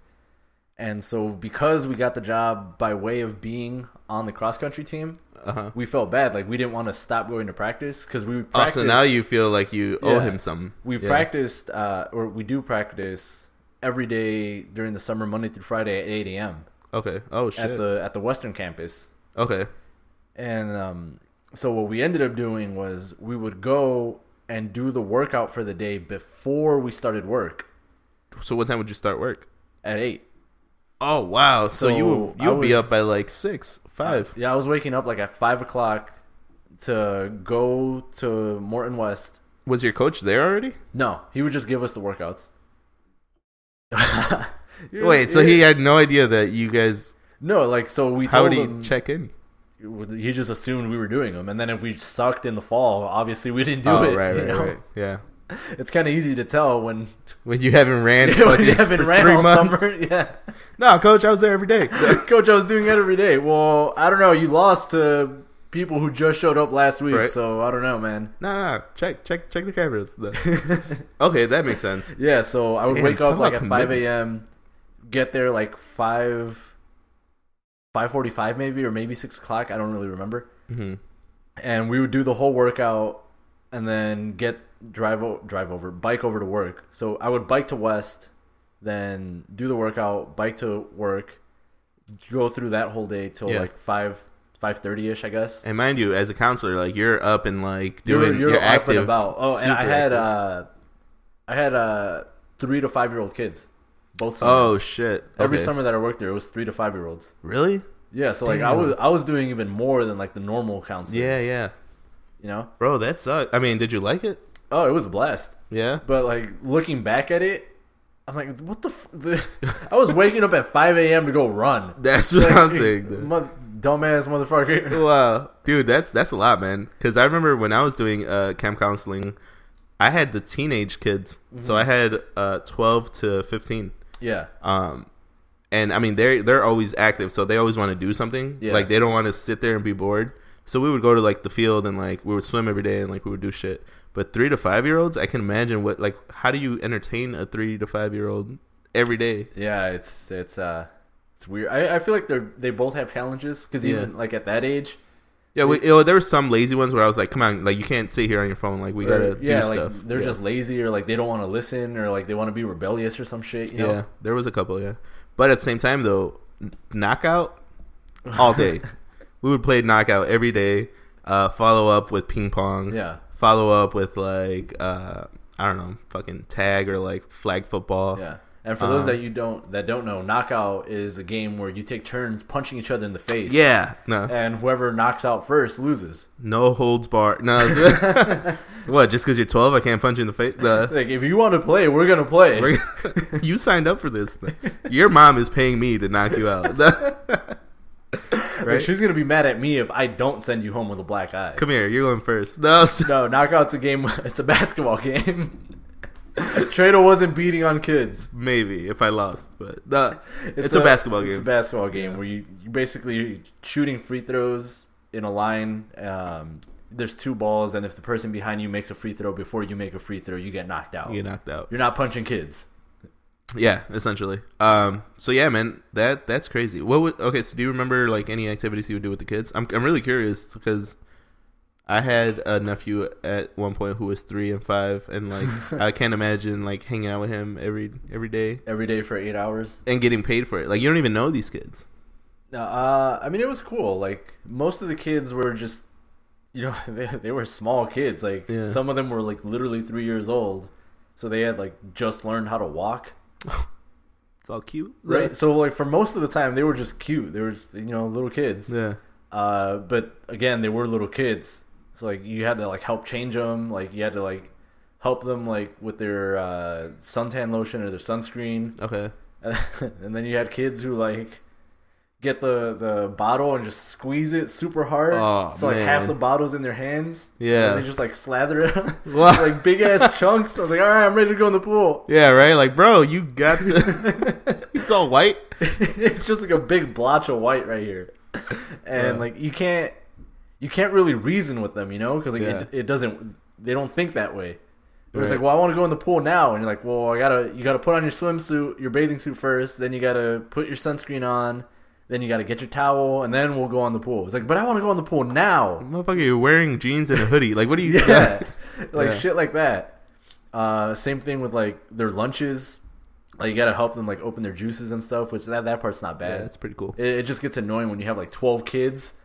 S2: And so because we got the job by way of being on the cross country team,
S1: Uh huh.
S2: we felt bad. Like we didn't want to stop going to practice because we would practice.
S1: Also, Oh, now you feel like you owe
S2: Yeah.
S1: him something.
S2: we
S1: yeah.
S2: practiced uh, or we do practice every day during the summer monday through friday at 8 a.m
S1: Okay. Oh shit.
S2: at the at the western campus
S1: okay.
S2: and um, so what we ended up doing was we would go and do the workout for the day before we started work
S1: So what time would you start work?
S2: at 8
S1: Oh wow. So, you
S2: So,
S1: would
S2: I
S1: you would be
S2: was-
S1: up by like six, five.
S2: yeah i was waking up like at 5 o'clock to go to morton west
S1: Was your coach there already?
S2: no he would just give us the workouts
S1: Wait. So he had no idea that you guys.
S2: no like so we
S1: How
S2: told
S1: would he
S2: him,
S1: check in?
S2: he just assumed we were doing them and then if we sucked in the fall obviously we didn't do
S1: oh
S2: it
S1: right,
S2: you
S1: right,
S2: know?
S1: right. Yeah.
S2: it's kind of easy to tell when
S1: When you haven't ran,
S2: when you
S1: fucking
S2: haven't
S1: for
S2: ran
S1: three
S2: all
S1: months.
S2: summer yeah
S1: No, coach, I was there every day.
S2: coach i was doing it every day well i don't know you lost to people who just showed up last week
S1: Right.
S2: so i don't know man
S1: No, no, no. check, check, check the cameras. The- okay, that makes sense.
S2: yeah so i would
S1: Damn,
S2: wake
S1: talk
S2: up like
S1: about
S2: at 5
S1: commitment.
S2: a.m get there like 5 5.45 maybe or maybe 6 o'clock i don't really remember
S1: hmm
S2: and we would do the whole workout and then get drive o- drive over bike over to work so i would bike to west then do the workout bike to work go through that whole day till
S1: Yeah.
S2: like 5 5.30ish i guess
S1: And mind you, as a counselor, like you're up and like
S2: You were-
S1: doing,
S2: you
S1: you're,
S2: were up
S1: active.
S2: and about oh and i
S1: super
S2: had
S1: active.
S2: uh i had uh three to five year old kids both summers.
S1: oh shit!
S2: every
S1: Okay.
S2: summer that i worked there it was three to five year olds
S1: really?
S2: yeah so like i
S1: Damn.
S2: was i was doing even more than like the normal counselors
S1: Yeah, yeah,
S2: you know
S1: bro, that sucked. I mean, did you like it?
S2: oh it was a blast
S1: Yeah.
S2: But like looking back at it, I'm like, what the? F- the- I was waking up at 5 a.m. to go run.
S1: That's what I'm saying. dude.
S2: Mother- dumbass motherfucker.
S1: Wow, dude, that's that's a lot, man. Because I remember when I was doing uh, camp counseling, I had the teenage kids,
S2: Mm-hmm.
S1: so I had uh, twelve to fifteen.
S2: Yeah,
S1: Um, and I mean they're they're always active, so they always want to do something.
S2: Yeah.
S1: Like they don't want to sit there and be bored. So we would go to like the field and like we would swim every day and like we would do shit. But three to five year olds, I can imagine what like how do you entertain a three to five year old every day?
S2: yeah. It's it's uh, it's weird. I, I feel like they're they both have challenges because
S1: Yeah.
S2: even like at that age,
S1: Yeah, we, you know, there were some lazy ones where I was like, come on, like you can't sit here on your phone. Like we gotta
S2: or- yeah,
S1: do
S2: like
S1: stuff.
S2: they're
S1: Yeah.
S2: just lazy or like they don't want to listen or like they want to be rebellious or some shit. You know?
S1: Yeah, there was a couple, yeah. But at the same time, though, n- knockout all day. we would play knockout every day. Uh, follow up with ping pong.
S2: Yeah.
S1: Follow up with like uh, I don't know, fucking tag or like flag football.
S2: Yeah. And for those
S1: Um,
S2: that you don't that don't know, knockout is a game where you take turns punching each other in the face.
S1: Yeah, no,
S2: And whoever knocks out first loses.
S1: no holds bar. No, what? Just because you're 12, I can't punch you in the face. The,
S2: Like if you want to play, we're gonna play.
S1: we're- you signed up for this. Your mom is paying me to knock you out.
S2: Like,
S1: right?
S2: she's gonna be mad at me if I don't send you home with a black eye.
S1: Come here. You're going first. No, so-
S2: No, knockout's a game. It's a basketball game. Trader wasn't beating on kids.
S1: Maybe if I lost, but uh, it's, a, basketball game.
S2: It's a basketball game where you you basically shooting free throws in a line. Um, there's two balls, and if the person behind you makes a free throw before you make a free throw, you get knocked out.
S1: you get knocked out.
S2: You're not punching kids.
S1: Yeah, essentially. Um, so yeah, man, that that's crazy. What would okay? So do you remember like any activities you would do with the kids? I'm I'm really curious because I had a nephew at one point who was three and five, and like I can't imagine like hanging out with him every every day
S2: every day for eight hours.
S1: and getting paid for it. Like you don't even know these kids.
S2: No, uh, I mean it was cool. Like most of the kids were just, you know, they, they were small kids. Like
S1: Yeah.
S2: some of them were like literally three years old, so they had like just learned how to walk.
S1: It's all cute,
S2: Right. So like for most of the time they were just cute. They were just, you know little kids.
S1: Yeah.
S2: Uh, but again they were little kids. So like you had to like help change them. Like you had to like help them like with their uh, suntan lotion or their sunscreen.
S1: Okay.
S2: and then you had kids who like get the the bottle and just squeeze it super hard.
S1: Oh,
S2: so like half
S1: man.
S2: the bottle's in their hands.
S1: Yeah.
S2: And they just like slather it on
S1: Wow.
S2: like big ass chunks. I was like, all right, I'm ready to go in the pool.
S1: Yeah. Right. Like, bro, you got. The- it's all white.
S2: it's just like a big blotch of white right here, and
S1: Yeah.
S2: like you can't you can't really reason with them, you know, because like
S1: Yeah.
S2: it, it doesn't they don't think that way. It was
S1: Right.
S2: like, well, I want to go in the pool now, and you're like, well, I gotta you gotta put on your swimsuit, your bathing suit first, then you gotta put your sunscreen on, then you gotta get your towel, and then we'll go on the pool. It's like, but I want to go on the pool now.
S1: Motherfucker, you're wearing jeans and a hoodie. Like, what do you?
S2: Yeah, like
S1: Yeah.
S2: shit like that. Uh, same thing with like their lunches. Like you gotta help them like open their juices and stuff, which that that part's not
S1: Yeah,
S2: bad.
S1: that's pretty cool.
S2: It, it just gets annoying when you have like 12 kids.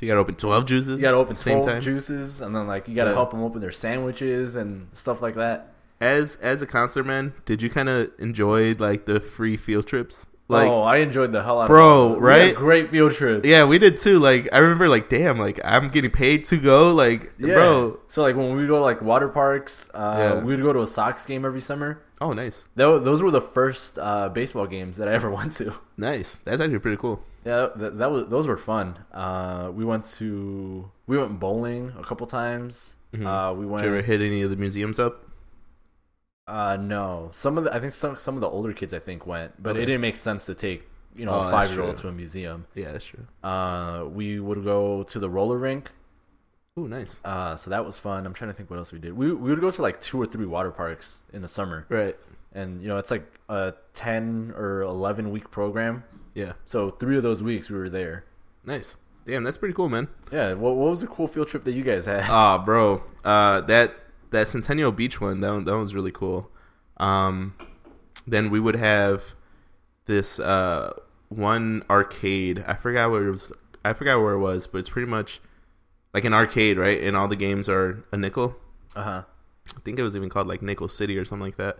S1: You gotta open twelve juices.
S2: You gotta open
S1: at the same
S2: 12
S1: time.
S2: juices, and then like you gotta
S1: Yeah.
S2: help them open their sandwiches and stuff like that.
S1: as as a concert man, did you kind of enjoy like the free field trips? Like,
S2: oh, I enjoyed the hell out
S1: Bro,
S2: of it. We
S1: right?
S2: had great field trip.
S1: yeah, we did too. Like, I remember, like, damn, like I'm getting paid to go. Like, bro,
S2: So like when we go to like water parks, uh,
S1: Yeah.
S2: we would go to a Sox game every summer.
S1: oh, nice,
S2: Tho- Those were the first uh, baseball games that I ever went to.
S1: nice. That's actually pretty cool.
S2: Yeah, that, that was those were fun. Uh, we went to we went bowling a couple times. Uh, we
S1: Mm-hmm.
S2: went.
S1: Did you ever hit any of the museums up?
S2: Uh, no. Some of the I think some some of the older kids I think went, but it
S1: Okay.
S2: didn't make sense to take you know
S1: Oh,
S2: a
S1: that's
S2: five year old
S1: true.
S2: to a museum.
S1: Yeah, that's true.
S2: Uh, we would go to the roller rink.
S1: Oh, nice.
S2: Uh, so that was fun. I'm trying to think what else we did. We we would go to like two or three water parks in the summer,
S1: Right.
S2: and you know it's like a ten or eleven week program.
S1: Yeah.
S2: So three of those weeks we were there.
S1: Nice. Damn, that's pretty cool, man.
S2: Yeah. What what was the cool field trip that you guys had?
S1: Ah, bro, uh, that that Centennial Beach one that one, that was really cool. Um, then we would have this uh, one arcade. I forgot where it was. I forgot where it was, but it's pretty much like an arcade, right? And all the games are a nickel.
S2: Uh huh.
S1: Uh-huh. I think it was even called like Nickel City or something like that.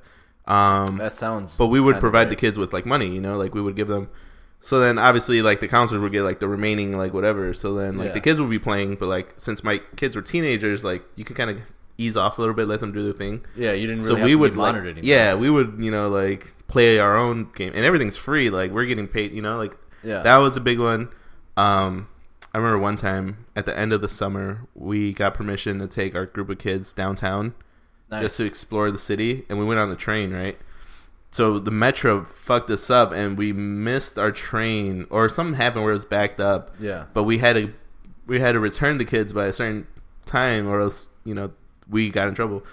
S1: Um,
S2: That sounds.
S1: but we would
S2: kinda
S1: provide the
S2: right.
S1: kids with like money, you know, like we would give them. So then obviously like the counselors would get like the remaining like whatever. So then like
S2: Yeah.
S1: the kids would be playing, but like since my kids were teenagers, like you could kind of ease off a little bit, let them do their thing.
S2: Yeah, you didn't really.
S1: so
S2: have
S1: we
S2: to be
S1: would like,
S2: monitored anymore.
S1: yeah, we would you know like play our own game, and everything's free. Like we're getting paid, you know, like
S2: Yeah.
S1: that was a big one. Um, I remember one time at the end of the summer, we got permission to take our group of kids downtown
S2: nice.
S1: just to explore the city, and we went on the train, right? So the metro fucked us up, and we missed our train, or something happened where it was backed up.
S2: yeah.
S1: But we had to, we had to return the kids by a certain time, or else you know we got in trouble.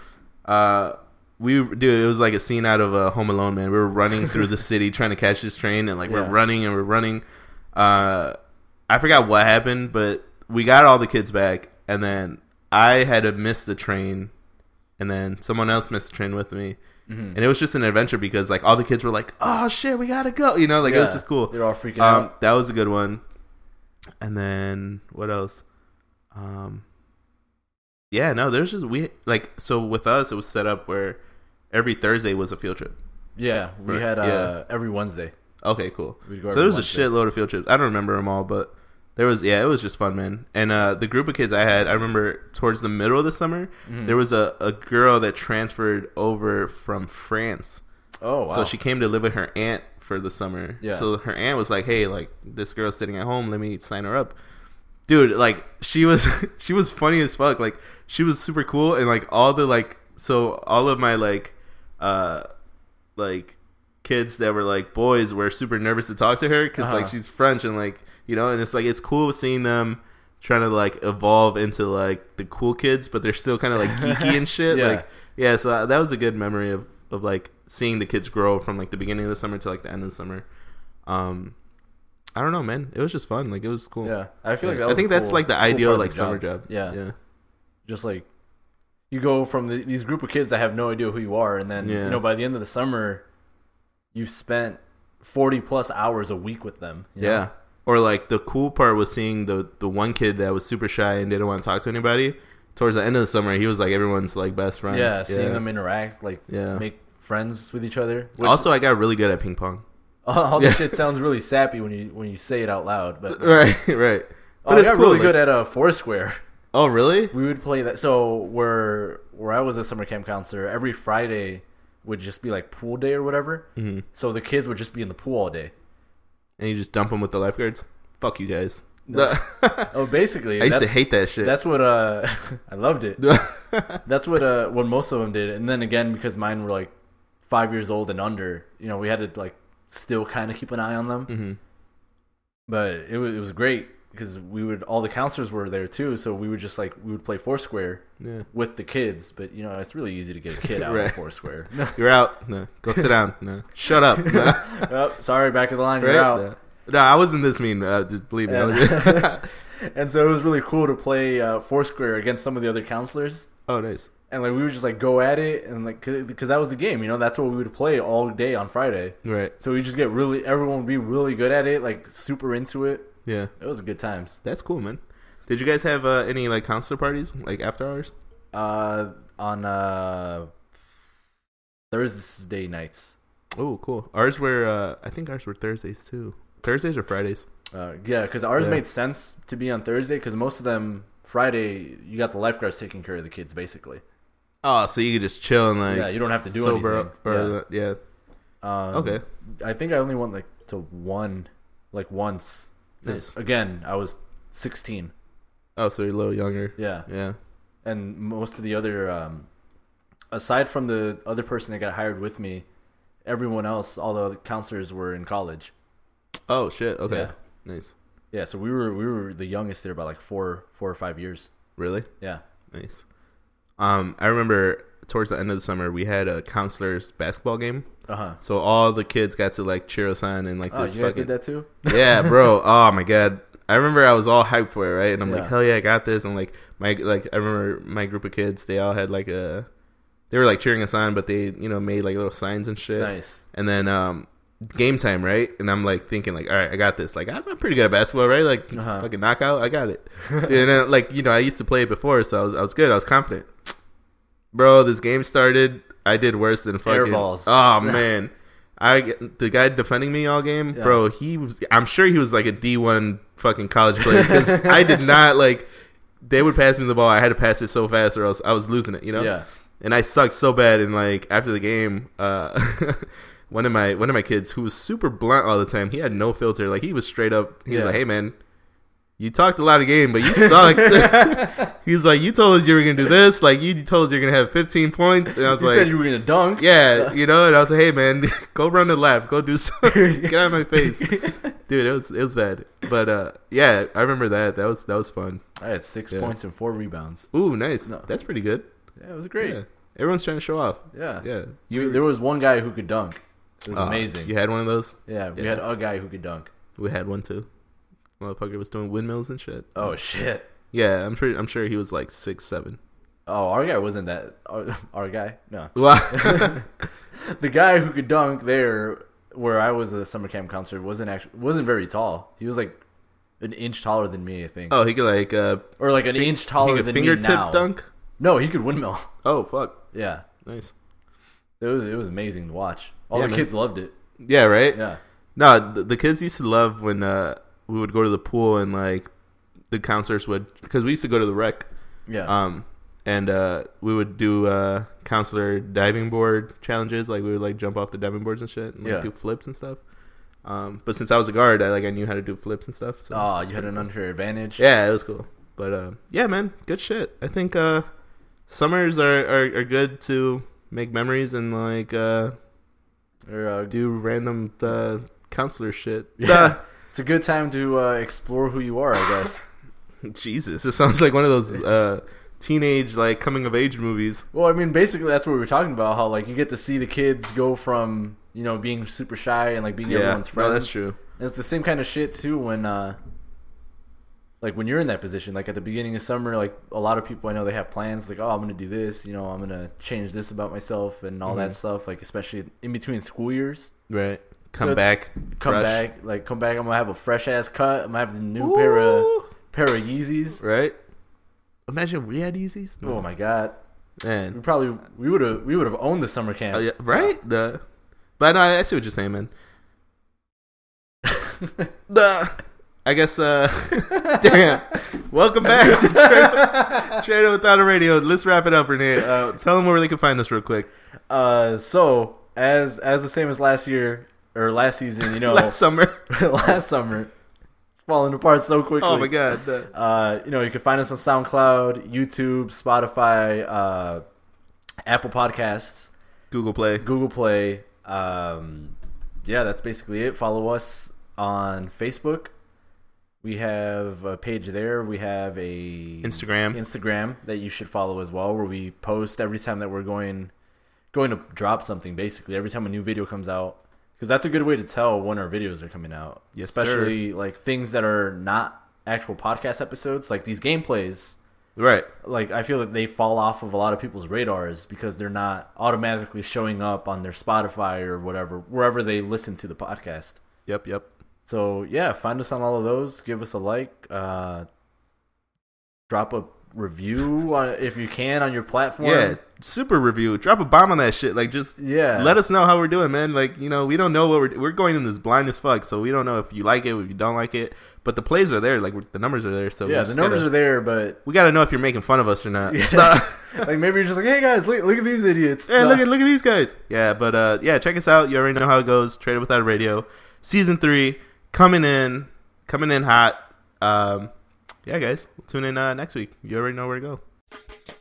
S1: Uh, we dude, it was like a scene out of uh, Home Alone, man. We were running through the city trying to catch this train, and like
S2: Yeah.
S1: we're running and we're running. Uh, I forgot what happened, but we got all the kids back, and then I had to miss the train and then someone else missed the train with me.
S2: Mm-hmm.
S1: And it was just an adventure because like all the kids were like, "Oh shit, we gotta go!" You know, like it was
S2: Yeah.
S1: just cool.
S2: They're all freaking
S1: um,
S2: out.
S1: That was a good one. And then what else? Um, yeah, no, there's just we like so with us it was set up where every Thursday was a field trip.
S2: Yeah, we
S1: Right,
S2: had uh,
S1: yeah.
S2: every Wednesday.
S1: Okay, cool.
S2: We'd go
S1: So
S2: every
S1: there was a
S2: Wednesday.
S1: shitload of field trips. I don't remember them all, but there was yeah, it was just fun, man. And uh, the group of kids I had, I remember towards the middle of the summer,
S2: Mm-hmm.
S1: there was a, a girl that transferred over from France.
S2: Oh wow.
S1: So she came to live with her aunt for the summer.
S2: Yeah.
S1: So her aunt was like, "Hey, like this girl's sitting at home. Let me sign her up." Dude, like she was she was funny as fuck. Like she was super cool and like all the like so all of my like uh like kids that were like boys were super nervous to talk to her because like
S2: Uh-huh.
S1: she's French and like you know and it's like it's cool seeing them trying to like evolve into like the cool kids but they're still kind of like uh, geeky and shit
S2: Yeah.
S1: like yeah so that was a good memory of of like seeing the kids grow from like the beginning of the summer to like the end of the summer. Um, I don't know, man. It was just fun. Like it was cool.
S2: Yeah, I feel like that
S1: I
S2: was
S1: think
S2: a cool-
S1: that's like the
S2: cool
S1: ideal
S2: part of
S1: like
S2: the
S1: summer job.
S2: Yeah.
S1: yeah,
S2: just like you go from the, these group of kids that have no idea who you are, and then
S1: Yeah.
S2: you know by the end of the summer, you've spent forty plus hours a week with them. you know?
S1: yeah. Or like the cool part was seeing the the one kid that was super shy and didn't want to talk to anybody. Towards the end of the summer, he was like everyone's like best friend.
S2: yeah, seeing them interact, like
S1: Yeah.
S2: make friends with each other. Which, also,
S1: also, I got really good at ping pong.
S2: all this
S1: Yeah.
S2: shit sounds really sappy when you when you say it out loud, but.
S1: Right, right.
S2: Oh, I got really
S1: like-
S2: good at uh, Foursquare.
S1: Oh, really?
S2: We would play that. So where where I was a summer camp counselor, every Friday would just be like pool day or whatever. Mm-hmm. So the kids would just be in the pool all day.
S1: And you just dump them with the lifeguards. Fuck you guys. The-
S2: Oh, basically,
S1: I used to
S2: that's-
S1: hate that shit.
S2: That's what uh, I loved it. That's what uh, what most of them did. And then again, because mine were like five years old and under, you know, we had to like still kind of keep an eye on them.
S1: Mhm.
S2: But it was it was great because we would all the counselors were there too, so we would just like we would play foursquare
S1: Yeah.
S2: with the kids. But you know, it's really easy to get a kid out
S1: Right.
S2: of foursquare.
S1: You're out. No. Go sit down. No. Shut up. No.
S2: oh, sorry, back of the line,
S1: Right?
S2: you're out.
S1: No. No, I wasn't this mean. Uh, just believe me. I was-
S2: And, and so it was really cool to play uh, foursquare against some of the other counselors.
S1: oh, nice.
S2: and like we would just like go at it and like because that was the game you know that's what we would play all day on friday
S1: Right.
S2: so we just get really everyone would be really good at it like super into it
S1: Yeah.
S2: it was good times
S1: That's cool, man. Did you guys have uh, any like counselor parties, like after hours?
S2: uh on uh thursday nights
S1: Oh, cool. Ours were, uh, I think ours were Thursdays too. Thursdays or Fridays?
S2: uh yeah because ours
S1: Yeah.
S2: made sense to be on thursday because most of them friday you got the lifeguards taking care of the kids basically
S1: Oh, so you could just chill and like
S2: yeah you don't have to do
S1: sober
S2: anything
S1: up. Or, yeah.
S2: yeah. Um,
S1: Okay.
S2: i think i only went like to one like once 'Cause,
S1: Nice.
S2: again i was 16
S1: Oh, so you're a little younger.
S2: yeah
S1: Yeah.
S2: and most of the other um, aside from the other person that got hired with me everyone else all the counselors were in college
S1: Oh shit. Okay.
S2: Yeah.
S1: Nice.
S2: yeah so we were we were the youngest there by like four four or five years
S1: Really?
S2: yeah
S1: Nice. Um, I remember towards the end of the summer we had a counselor's basketball game.
S2: uh-huh
S1: So all the kids got to like cheer us on and like
S2: oh
S1: this
S2: you guys
S1: fucking
S2: did that too
S1: yeah, bro. Oh my god. I remember I was all hyped for it, right? And I'm like,
S2: Yeah.
S1: hell yeah, I got this. And like my like I remember my group of kids, they all had like a they were like cheering us on, but they, you know, made like little signs and shit.
S2: nice
S1: And then um game time, right? And I'm like thinking like, all right, I got this. Like I'm I'm pretty good at basketball, right? Like
S2: Uh-huh.
S1: fucking knockout, I got it. and then, like, you know, I used to play it before, so I was I was good, I was confident. Bro, this game started, I did worse than fucking
S2: balls.
S1: Oh man. I the guy defending me all game,
S2: Yeah.
S1: bro. He was. I'm sure he was like a D1 fucking college player because I did not like. They would pass me the ball. I had to pass it so fast, or else I was losing it. You know.
S2: Yeah.
S1: And I sucked so bad. And like after the game, uh, one of my one of my kids who was super blunt all the time. He had no filter. Like he was straight up. He was
S2: Yeah.
S1: like, "Hey man, you talked a lot of game, but you sucked." he was like, "You told us you were gonna do this. Like you told us you're gonna have 15 points." And I was
S2: you
S1: like,
S2: said you were gonna dunk
S1: yeah, you know, and I was like, "Hey, man, go run the lap, go do something, get out of my face, dude." It was it was bad, but uh, yeah, I remember that. That was that was fun.
S2: i had six
S1: Yeah.
S2: points and four rebounds
S1: Ooh, nice.
S2: No.
S1: That's pretty good.
S2: yeah it was great
S1: Yeah.
S2: yeah,
S1: Everyone's trying to show off. Yeah,
S2: You, there was one guy who could dunk it was
S1: uh,
S2: amazing
S1: You had one of those.
S2: yeah we
S1: yeah.
S2: had a guy who could dunk
S1: We had one too. Motherfucker was doing windmills and shit.
S2: oh shit
S1: Yeah, I'm pretty. I'm sure he was like six, seven.
S2: oh our guy wasn't that our, our guy no
S1: Wow.
S2: the guy who could dunk there where I was a summer camp counselor wasn't actually wasn't very tall. He was like an inch taller than me, I think.
S1: oh, he could like uh,
S2: or like an inch
S1: he
S2: taller
S1: could
S2: than me
S1: fingertip
S2: now.
S1: dunk.
S2: No, he could windmill.
S1: Oh fuck,
S2: Yeah.
S1: nice.
S2: It was it was amazing to watch. All
S1: Yeah,
S2: the
S1: man.
S2: kids loved it.
S1: Yeah, right.
S2: Yeah.
S1: No, the, the kids used to love when uh, we would go to the pool and like the counselors would because we used to go to the rec,
S2: Yeah.
S1: um, and uh, we would do uh, counselor diving board challenges. Like we would like jump off the diving boards and shit, and like,
S2: Yeah.
S1: do flips and stuff. Um, but since I was a guard, I like I knew how to do flips and stuff. So
S2: oh, you had an unfair advantage.
S1: yeah, it was cool. But uh, yeah, man, good shit. I think uh, summers are, are are good to make memories and like uh,
S2: Or, uh,
S1: do random uh, counselor shit.
S2: yeah. It's a good time to uh, explore who you are, I guess.
S1: Jesus, it sounds like one of those uh, teenage like coming of age movies.
S2: Well, I mean, basically that's what we were talking about. How like you get to see the kids go from you know being super shy and like being everyone's friends.
S1: no, that's true.
S2: And it's the same kind of shit too when uh like when you're in that position, like at the beginning of summer, like a lot of people I know they have plans like, Oh, I'm gonna do this, you know, I'm gonna change this about myself and all
S1: Mm-hmm.
S2: that stuff, like especially in between school years.
S1: Right. Come
S2: it's-
S1: back.
S2: Come
S1: fresh.
S2: back, like come back, I'm gonna have a fresh ass cut, I'm gonna have the new pair of
S1: Ooh.
S2: pair of Yeezys.
S1: Right. Imagine we had Yeezys. No.
S2: Oh my god. We
S1: man.
S2: probably we would have we would have owned the summer camp.
S1: Oh, yeah, right. The. But no, I see what you're saying, man. the. I guess. uh Damn. Welcome back to Trader, Trader Without a Radio. Let's wrap it up, Renee. Uh, tell them where they can find us real quick.
S2: Uh so as as the same as last year or last season, you know
S1: Last summer.
S2: last summer. It's falling apart so quickly.
S1: Oh my god. The,
S2: Uh, you know, you can find us on SoundCloud, YouTube, Spotify, uh, Apple Podcasts,
S1: Google Play.
S2: Google Play. Um, yeah, that's basically it. Follow us on Facebook. We have a page there. We have a
S1: Instagram.
S2: Instagram that you should follow as well, where we post every time that we're going going to drop something. Basically, every time a new video comes out, because that's a good way to tell when our videos are coming out.
S1: Yes,
S2: Especially like things that are not actual podcast episodes, like these gameplays.
S1: Right.
S2: Like I feel that they fall off of a lot of people's radars because they're not automatically showing up on their Spotify or whatever, wherever they listen to the podcast.
S1: Yep. Yep.
S2: So yeah, find us on all of those. Give us a like. Uh, drop a review on, if you can on your platform.
S1: Yeah. Super review. Drop a bomb on that shit. Like just
S2: yeah.
S1: let us know how we're doing, man. Like you know, we don't know what we're we're going in this blind as fuck, so we don't know if you like it, if you don't like it. But the plays are there, like we're- the numbers are there. So
S2: yeah, the numbers
S1: gotta,
S2: are there, but
S1: We gotta know if you're making fun of us or not.
S2: like maybe you're just like, hey guys, look, look at these idiots.
S1: yeah, look at look at these guys. Yeah, but uh, yeah, check us out. You already know how it goes. Traded without a radio, season three coming in, coming in hot. Um, yeah, guys, tune in uh, next week. You already know where to go.